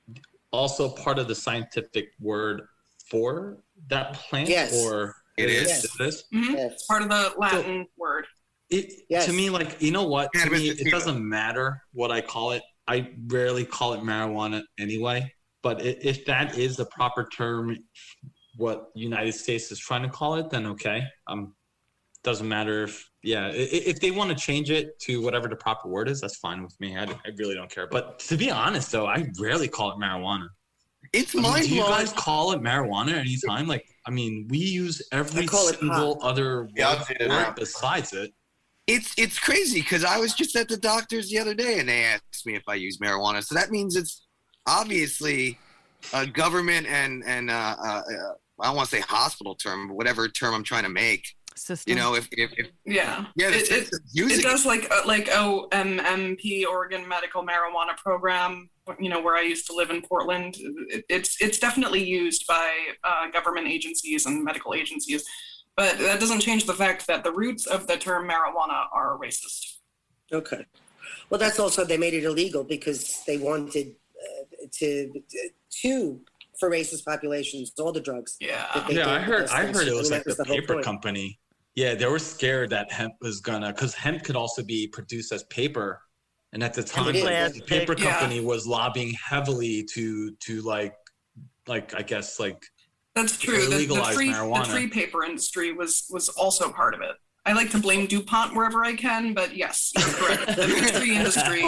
also part of the scientific word for that plant? Yes. Or It is. Mm-hmm. this? Mhm. It's part of the Latin word. It to me like you know what to me it doesn't matter what I call it. I rarely call it marijuana anyway. But i if that is the proper term, what United States is trying to call it, then okay. Um, doesn't matter if yeah i- i- if they want to change it to whatever the proper word is, that's fine with me. I, I really don't care. But to be honest though, I rarely call it marijuana. It's I mean, Do you mind-blowing. guys call it marijuana at any time? Like, I mean, we use every call it pot. single other word Yeah, I'll say that. for it besides it. It's it's crazy because I was just at the doctor's the other day and they asked me if I use marijuana. So that means it's obviously a government and and uh, uh, uh, I don't want to say hospital term, but whatever term I'm trying to make. System. You know, if if, if Yeah. yeah, the It- it, system's using it does like uh, like OMMP, Oregon Medical Marijuana Program. You know where I used to live in Portland. It, it's it's definitely used by uh, government agencies and medical agencies, but that doesn't change the fact that the roots of the term marijuana are racist. Okay. Well, that's also they made it illegal because they wanted uh, to to for racist populations all the drugs. Yeah. yeah, I heard. I heard it was like the, paper company. Yeah, they were scared that hemp was gonna, because hemp could also be produced as paper, and at the time, it is. like, the Plastic, paper yeah. company was lobbying heavily to to like, like I guess like That's true. The, the Legalized free marijuana. the free paper industry was was also part of it. I like to blame DuPont wherever I can, but yes, you're correct. the mystery industry.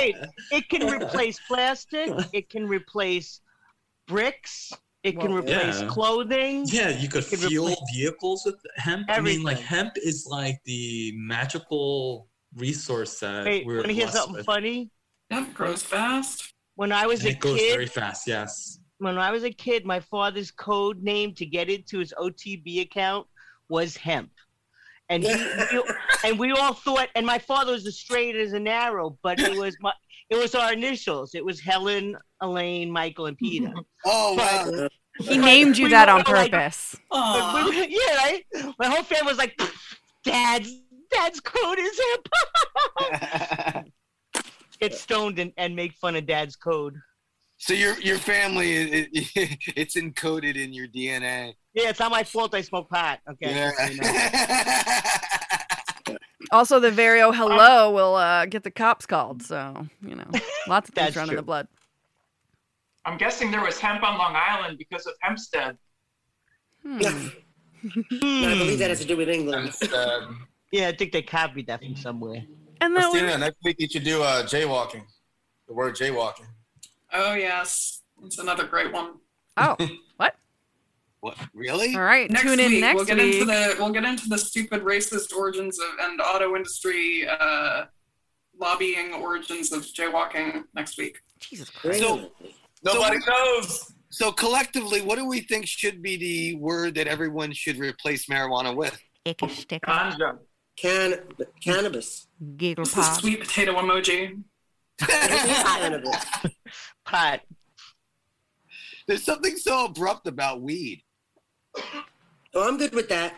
Wait, it can replace plastic. It can replace bricks. It can Well, replace yeah. clothing. Yeah, you could It can fuel replace- vehicles with hemp. I mean, like hemp is like the magical resource that Wait, we're want to hear blessed something with. funny? That grows fast. When I was And a it goes kid, very fast. Yes. when I was a kid, my father's code name to get into his OTB account was hemp. And he, we, and we all thought, and my father was as straight as an arrow, but it was my, it was our initials. It was Helen, Elaine, Michael, and Peter. Oh, wow. He named you that on purpose. yeah, right? My whole family was like, Dad's, Dad's code is hemp. Get stoned and, and make fun of Dad's code. So your your family, it, it, it's encoded in your DNA. Yeah, it's not my fault I smoke pot. Okay. Also, the very oh Um, hello will uh, get the cops called. So you know, lots of things That's run in true. the blood. I'm guessing there was hemp on Long Island because of Hempstead. I believe that has to do with England. Hmm. yeah, I think they copied that from somewhere. And that Christina, next week you should do uh, jaywalking. The word jaywalking. Oh yes, it's another great one. Oh, what? What? Really? All right, Next tune in week, next we'll get week. into the we'll get into the stupid racist origins of and auto industry uh, lobbying origins of jaywalking next week. Jesus So nobody knows. So collectively, what do we think should be the word that everyone should replace marijuana with? Ganja. Can cannabis. Giggle This is sweet potato emoji. Pot. There's something so abrupt about weed. Oh, I'm good with that.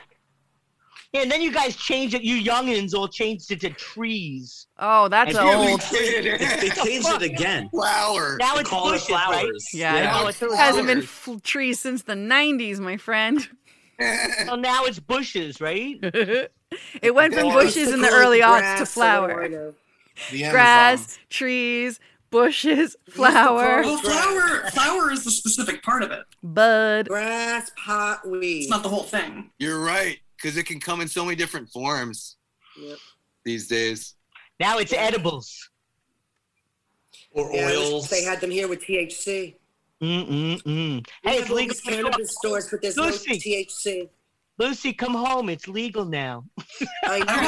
and then you guys changed it. You youngins all changed it to trees. Oh, that's And- old. They changed it again. Now They it's call it bushes, right? flowers. Yeah, I know. it hasn't been fl- trees since the '90s, my friend. Well, now it's bushes, right? It went from bushes in the early aughts to flower. Grass, trees, bushes, flower, Well, flower flower is the specific part of it. bud. Grass, pot, weed. It's not the whole thing. You're right, because it can come in so many different forms these days. Now it's edibles. Or Yeah, I wish They had them here with THC. Mm-mm-mm. We Hey, have it's all legal. these cannabis stores, but there's no THC. Lucy, come home. It's legal now.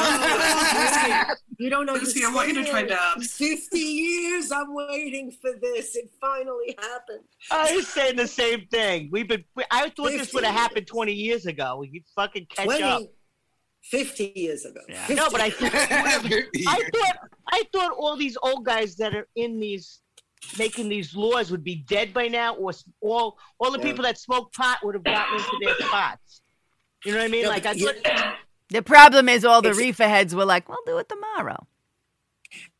I know. you don't Lucy, I want you to try understand. dabs. Fifty years I'm waiting for this. It finally happened. I was saying the same thing. We've been. we- I thought this 50 would have happened 20 years ago. We fucking catch 20, up. 50 years ago. No, but I think I I, thought I thought all these old guys that are in these making these laws would be dead by now, or s- all all the Yeah. people that smoke pot would have gotten into their spots. You know what I mean? Yeah, like I but thought, The problem is all the It's- reefer heads were like, "We'll do it tomorrow."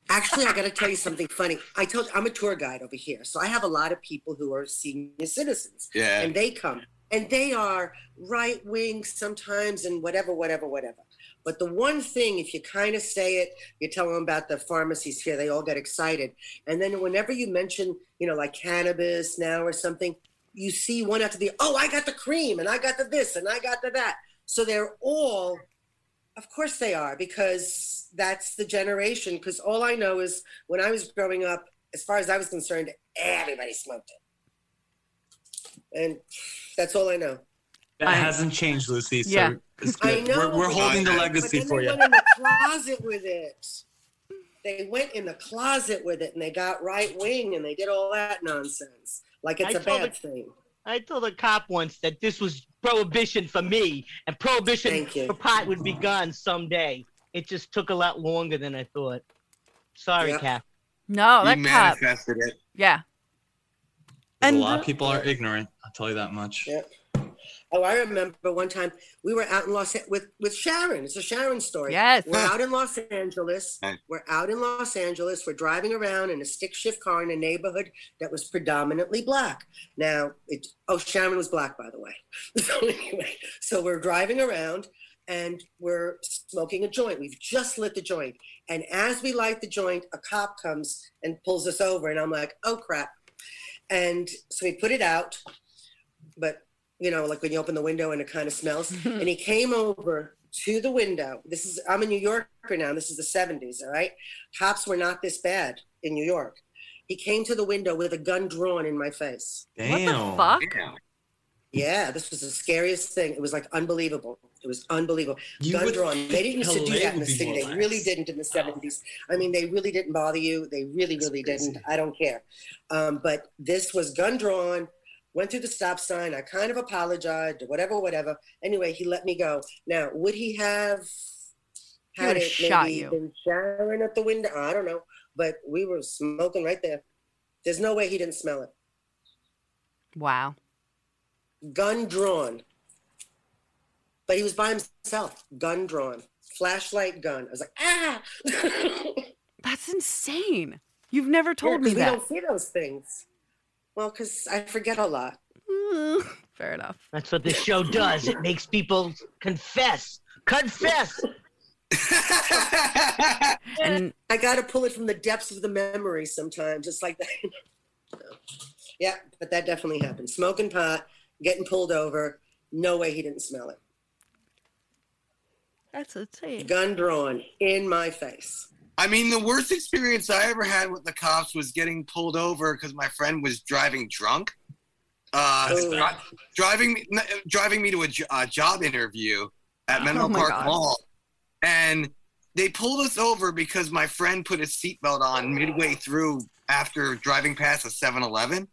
Actually, I got to tell you something funny. I told I'm a tour guide over here, so I have a lot of people who are senior citizens. Yeah. and they come and they are right wing sometimes and whatever, whatever, whatever. But the one thing, if you kind of say it, you tell them about the pharmacies here, they all get excited. And then whenever you mention, you know, like cannabis now or something, you see one after the, oh, I got the cream and I got the this and I got the that. So they're all of course they are, because that's the generation. Because all I know is when I was growing up, as far as I was concerned, everybody smoked it. And that's all I know. That I- hasn't changed, Lucy. So Yeah. it's I good. know. We're, we're holding the legacy but then for they you. went in the closet with it. They went in the closet with it, and they got right wing, and they did all that nonsense. Like it's I a told bad the- thing. I told a cop once that this was prohibition for me, and prohibition Thank you. for pot would be gone someday. It just took a lot longer than I thought. Sorry, Yep. Cap. Oh, No, that You cop. manifested it. Yeah. A And lot the- of people are ignorant. I'll tell you that much. Yeah. Oh, I remember one time we were out in Los with with Sharon. It's a Sharon story. Yes. we're out in Los Angeles. Nice. We're out in Los Angeles. We're driving around in a stick shift car in a neighborhood that was predominantly black. Now, it, oh, Sharon was black, by the way. So anyway, so we're driving around and we're smoking a joint. We've just lit the joint, and as we light the joint, a cop comes and pulls us over, and I'm like, oh crap. And so we put it out but you know, like when you open the window and it kind of smells. and he came over to the window. This is I'm a New Yorker now. This is the 70s, all right? Cops were not this bad in New York. He came to the window with a gun drawn in my face. Damn. Fuck. Yeah, this was the scariest thing. It was like unbelievable. It was unbelievable. You Gun would drawn. They didn't used to do think that in LA the would be more city. They really didn't in the seventies. I mean, they really didn't bother you. They really, really didn't. I don't care. Um, but this was gun drawn. Went through the stop sign. I kind of apologized, whatever, whatever. Anyway, he let me go. Now, would he have He would've had it shot maybe you. been showering at the window? I don't know. But we were smoking right there. There's no way he didn't smell it. Wow. gun drawn. But he was by himself, gun drawn, flashlight gun. I was like, ah, that's insane. You've never told me we that. don't see those things. Well, because I forget a lot. Fair enough. That's what this show does. It makes people confess. Confess. And I got to pull it from the depths of the memory sometimes, just like that. yeah, but that definitely happened. Smoking pot, getting pulled over. No way he didn't smell it. That's insane. Gun drawn in my face. I mean, the worst experience I ever had with the cops was getting pulled over because my friend was driving drunk. Uh, That's bad. dri- driving me, n- driving me to a jo- a job interview at Menlo Oh my Park God. Mall, and they pulled us over because my friend put his seatbelt on midway through after driving past a 7-Eleven,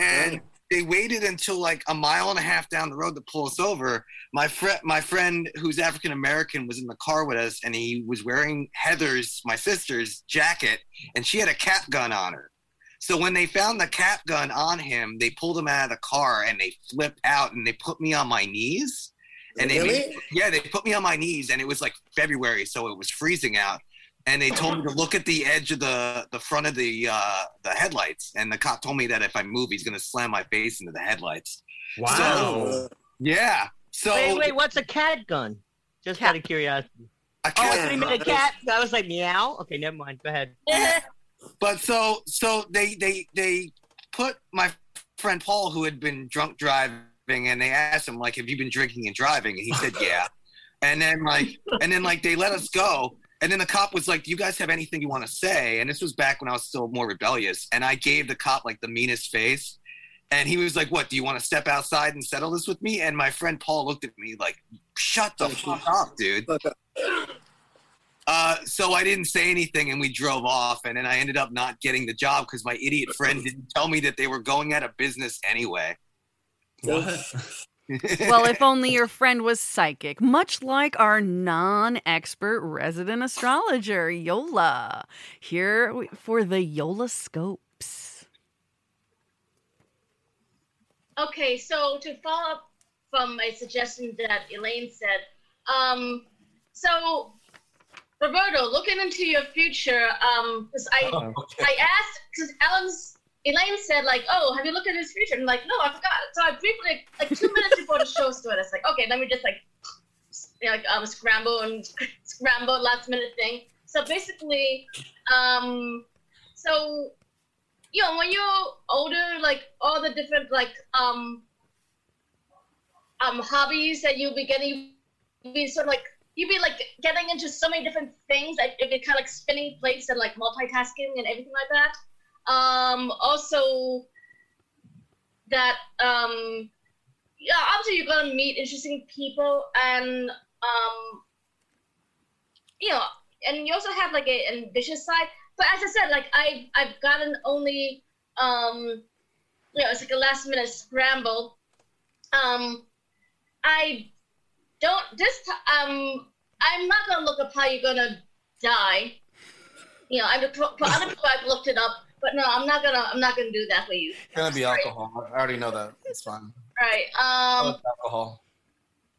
and they waited until like a mile and a half down the road to pull us over. My friend, my friend who's African American, was in the car with us, and he was wearing Heather's, my sister's jacket, and she had a cap gun on her. So when they found the cap gun on him, they pulled him out of the car and they flipped out and they put me on my knees. And they Really? yeah, they put me on my knees and it was like February, so it was freezing out. And they told me to look at the edge of the the front of the uh, the headlights. And the cop told me that if I move, he's gonna slam my face into the headlights. Wow. So, yeah. So wait, wait, what's a cat gun? Just out of curiosity. oh, I thought you meant a cat. I was like, meow. Okay, never mind. Go ahead. but so so they they they put my friend Paul who had been drunk driving and they asked him like have you been drinking and driving and he said yeah and then like and then like they let us go and then the cop was like do you guys have anything you want to say and this was back when I was still more rebellious and I gave the cop like the meanest face and he was like what do you want to step outside and settle this with me and my friend Paul looked at me like shut the fuck up dude uh, so I didn't say anything, and we drove off. And then I ended up not getting the job because my idiot friend didn't tell me that they were going out of business anyway. well, if only your friend was psychic, much like our non expert resident astrologer, Yola. Here w- for the Yola Scopes. Okay, so to follow up from a suggestion that Elaine said, um, so Roberto, looking into your future, um, 'cause I Oh, okay. I asked because Ellen's Elaine said like, oh, have you looked at his future? I'm like, no, I forgot. So I briefly like two minutes before the show started, I was like, okay, let me just like you know, like um, scramble and scramble last minute thing. So basically, um, so you know, when you're older, like all the different like um um hobbies that you'll be getting, you'll be sort of like you'll be like getting into so many different things that it'd be kind of like spinning plates and like multitasking and everything like that. Um, also that um yeah, obviously you're gonna meet interesting people and um you know, and you also have like a ambitious side. But as I said, like I I've gotten only um you know, it's like a last minute scramble. Um I don't this t- um I'm not gonna look up how you're gonna die. You know, I'm pro- for other people I've looked it up, but no, I'm not gonna I'm not gonna do that for you. gonna be alcohol. I already know that. It's fine. All right. Um It's alcohol.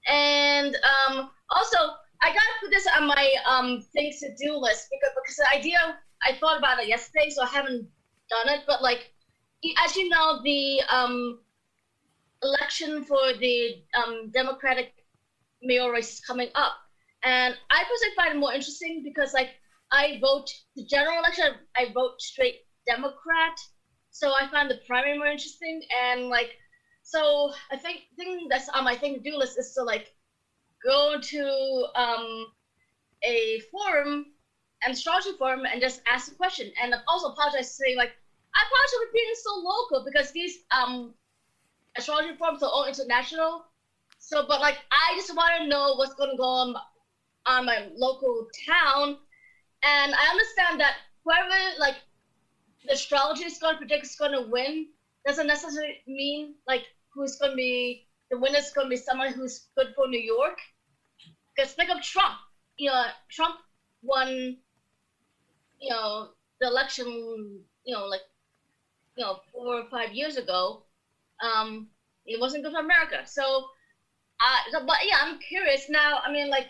and um, also, I gotta put this on my um, things to do list because because the idea I thought about it yesterday, so I haven't done it. But like, y- as you know, the um, election for the um, Democratic mayor race is coming up, and I personally find it more interesting because like I vote the general election, I vote straight Democrat, so I find the primary more interesting, and like so I think thing that's on my thing to do list is to like go to um, a forum, an astrology forum, and just ask a question. And I also apologize saying like, I apologize for being so local because these um, astrology forums are all international. So, but like, I just want to know what's going to go on on my local town, and I understand that whoever like the astrology is going to predict is going to win doesn't necessarily mean like who's going to be the winner's going to be someone who's good for New York. Because pick up Trump. You know, Trump won. You know the election. You know, like you know four or five years ago. Um, it wasn't good for America. So, uh, so- but yeah, I'm curious now. I mean, like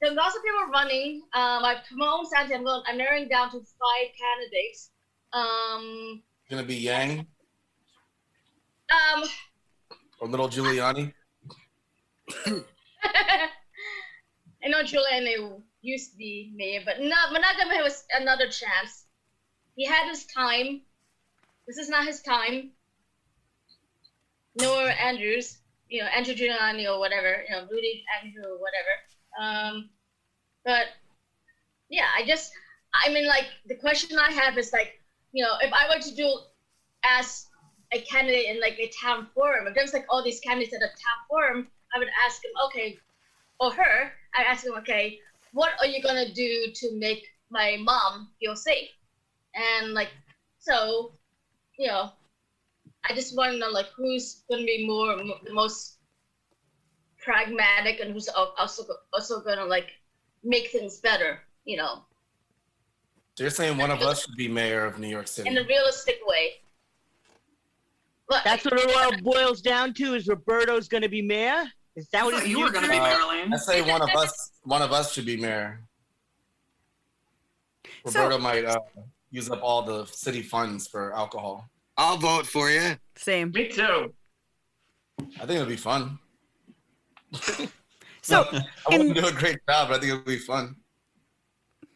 there are lots of people running. Um, I my own sense, I'm going, I'm narrowing down to five candidates. Um, Gonna be Yang um, or little Giuliani. I know Julian they used to be mayor, but not we're not gonna have us- another chance. He had his time. This is not his time. Nor Andrews, you know, Andrew Giuliani or whatever, you know, Rudy Andrew or whatever. Um, but yeah, I just I mean like the question I have is like, you know, if I were to do as a candidate in like a town forum, if there's like all these candidates at a town forum, I would ask him, okay, or her, I asked him, okay, what are you gonna do to make my mom feel safe? And like, so, you know, I just want to know like who's gonna be more mo- the most pragmatic and who's al- also also gonna like make things better, you know, They're saying one of us should be mayor of New York in City. a realistic way. That's what it all boils down to is Roberto's going to be mayor? Is that what thought it's you were gonna be mayor, Elaine. I say one of us. One of us should be mayor. So- Roberto might uh, use up all the city funds for alcohol. I'll vote for you. Same. Me too. I think it'll be fun. So I wouldn't do a great job, but I think it'll be fun.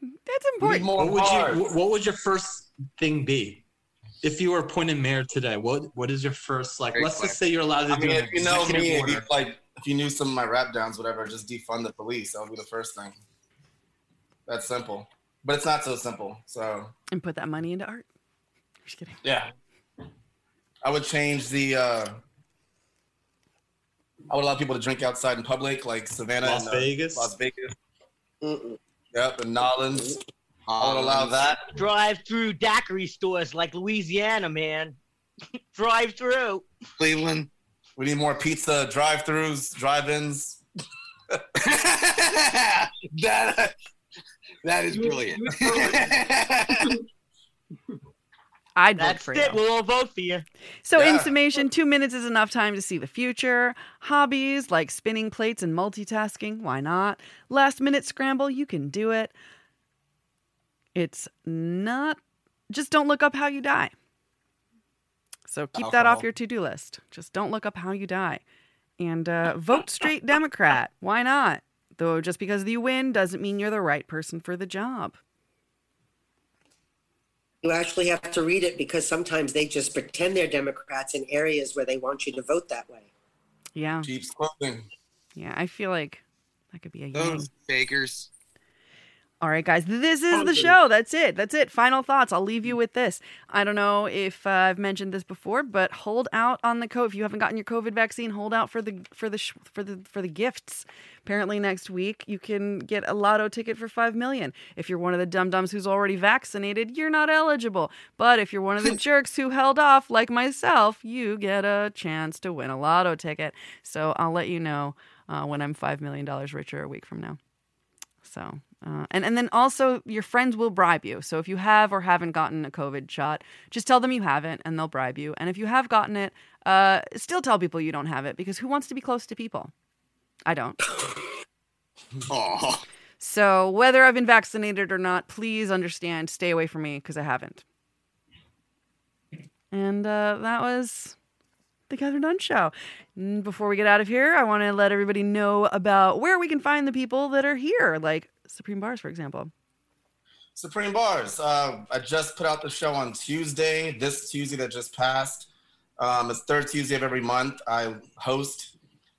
That's What important. would you? wh- What would your first thing be? If you were appointed mayor today, what what is your first like? Great let's just question. say you're allowed to I do mean, an if you know executive me, if order. you, like if you knew some of my rap downs, whatever, just defund the police. That would be the first thing. That's simple, but it's not so simple. So and put that money into art. Just kidding. yeah, I would change the. uh I would allow people to drink outside in public, like Savannah, Las and, uh, Vegas? Las Vegas. Yep, and Nolans. I would allow that. Oh, Drive through daiquiri stores like Louisiana, man. Drive through. Cleveland. We need more pizza drive-throughs, drive-ins. that, that is brilliant. I'd That's vote for it. you. We'll all vote for you. So, in Yeah. summation, two minutes is enough time to see the future. Hobbies like spinning plates and multitasking, why not? Last minute scramble, you can do it. It's not, just don't look up how you die. So, keep that Alcohol. off your to do list. Just don't look up how you die. And uh, vote straight Democrat, why not? Though, just because you win doesn't mean you're the right person for the job. You actually have to read it because sometimes they just pretend they're Democrats in areas where they want you to vote that way. Yeah. Keeps clothing. Yeah, I feel like that could be a yang. Those fakers. All right, guys, this is the show. That's it. That's it. Final thoughts. I'll leave you with this. I don't know if uh, I've mentioned this before, but hold out on the COVID. If you haven't gotten your COVID vaccine, hold out for the for the sh- for the for the gifts. Apparently, next week you can get a lotto ticket for five million. If you're one of the dum dums who's already vaccinated, you're not eligible. But if you're one of the jerks who held off, like myself, you get a chance to win a lotto ticket. So I'll let you know uh, when I'm five million dollars richer a week from now. So, uh, and and then also your friends will bribe you. So if you have or haven't gotten a COVID shot, just tell them you haven't, and they'll bribe you. And if you have gotten it, uh, still tell people you don't have it because who wants to be close to people? I don't. Aw. So whether I've been vaccinated or not, please understand. Stay away from me because I haven't. And uh, that was the Catherine Dunn Show. And before we get out of here, I want to let everybody know about where we can find the people that are here, like Supreme Bars, for example. Supreme Bars. Uh, I just put out the show on Tuesday, this Tuesday that just passed. Um, it's third Tuesday of every month. I host.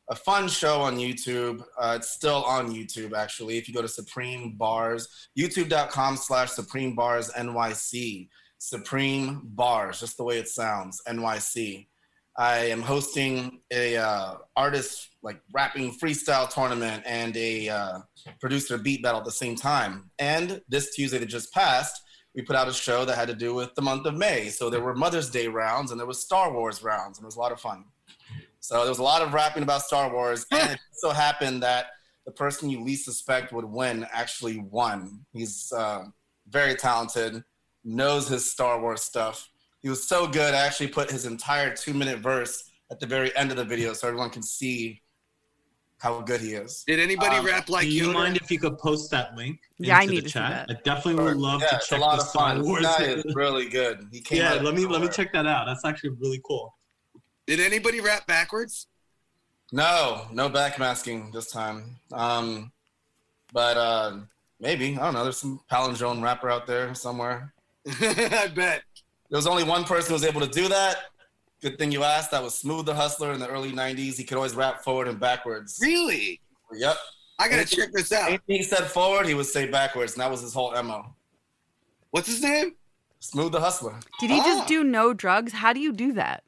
a fun show on YouTube. Uh, it's still on YouTube, actually. If you go to Supreme Bars, youtube.com slash Supreme Bars NYC. Supreme Bars, just the way it sounds, NYC. I am hosting a uh, artist like rapping freestyle tournament and a uh, producer beat battle at the same time. And this Tuesday that just passed, we put out a show that had to do with the month of May. So there were Mother's Day rounds and there was Star Wars rounds, and it was a lot of fun. So there was a lot of rapping about Star Wars, and it so happened that the person you least suspect would win actually won. He's uh, very talented, knows his Star Wars stuff. He was so good, I actually put his entire two-minute verse at the very end of the video, so everyone can see how good he is. Did anybody Um, rap like Do you Yoda? mind if you could post that link? Yeah, I into need the to see chat? that. I definitely would love yeah, to it's check a lot the of Star fun. Wars. This guy is really good. He came yeah, out of let me let me check that out. That's actually really cool. Did anybody rap backwards? No, no backmasking this time. Um, but uh, maybe I don't know. There's some palindrome rapper out there somewhere. I bet there was only one person who was able to do that. Good thing you asked. That was Smooth the Hustler in the early '90s. He could always rap forward and backwards. Really? Yep. I gotta check this out. Anything he said forward, he would say backwards, and that was his whole mo. What's his name? Smooth the Hustler. Did he just do no drugs? How do you do that?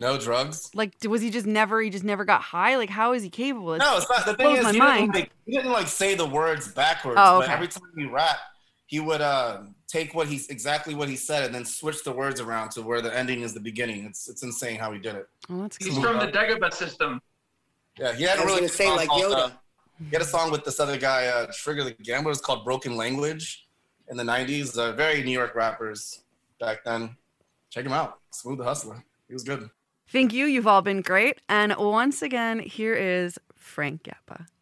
no drugs? Like, d- was he just never? He just never got high. Like, how is he capable? No, it's not. The thing blows is, my he mind. didn't, like, he didn't like say the words backwards. Oh, But okay. every time he rap, he would uh, take what he's exactly what he said and then switch the words around to where the ending is the beginning. It's it's insane how he did it. Oh, that's He's from the Dagobah system. Yeah, he had I a was really gonna good say, song like, called, Yoda. uh, he had a song with this other guy, uh, Trigger the Gambler. It's called Broken Language in the '90s. Uh, very New York rappers back then. Check him out, Smooth the Hustler. He was good. Thank you. You've all been great. And once again, here is Frank Gappa.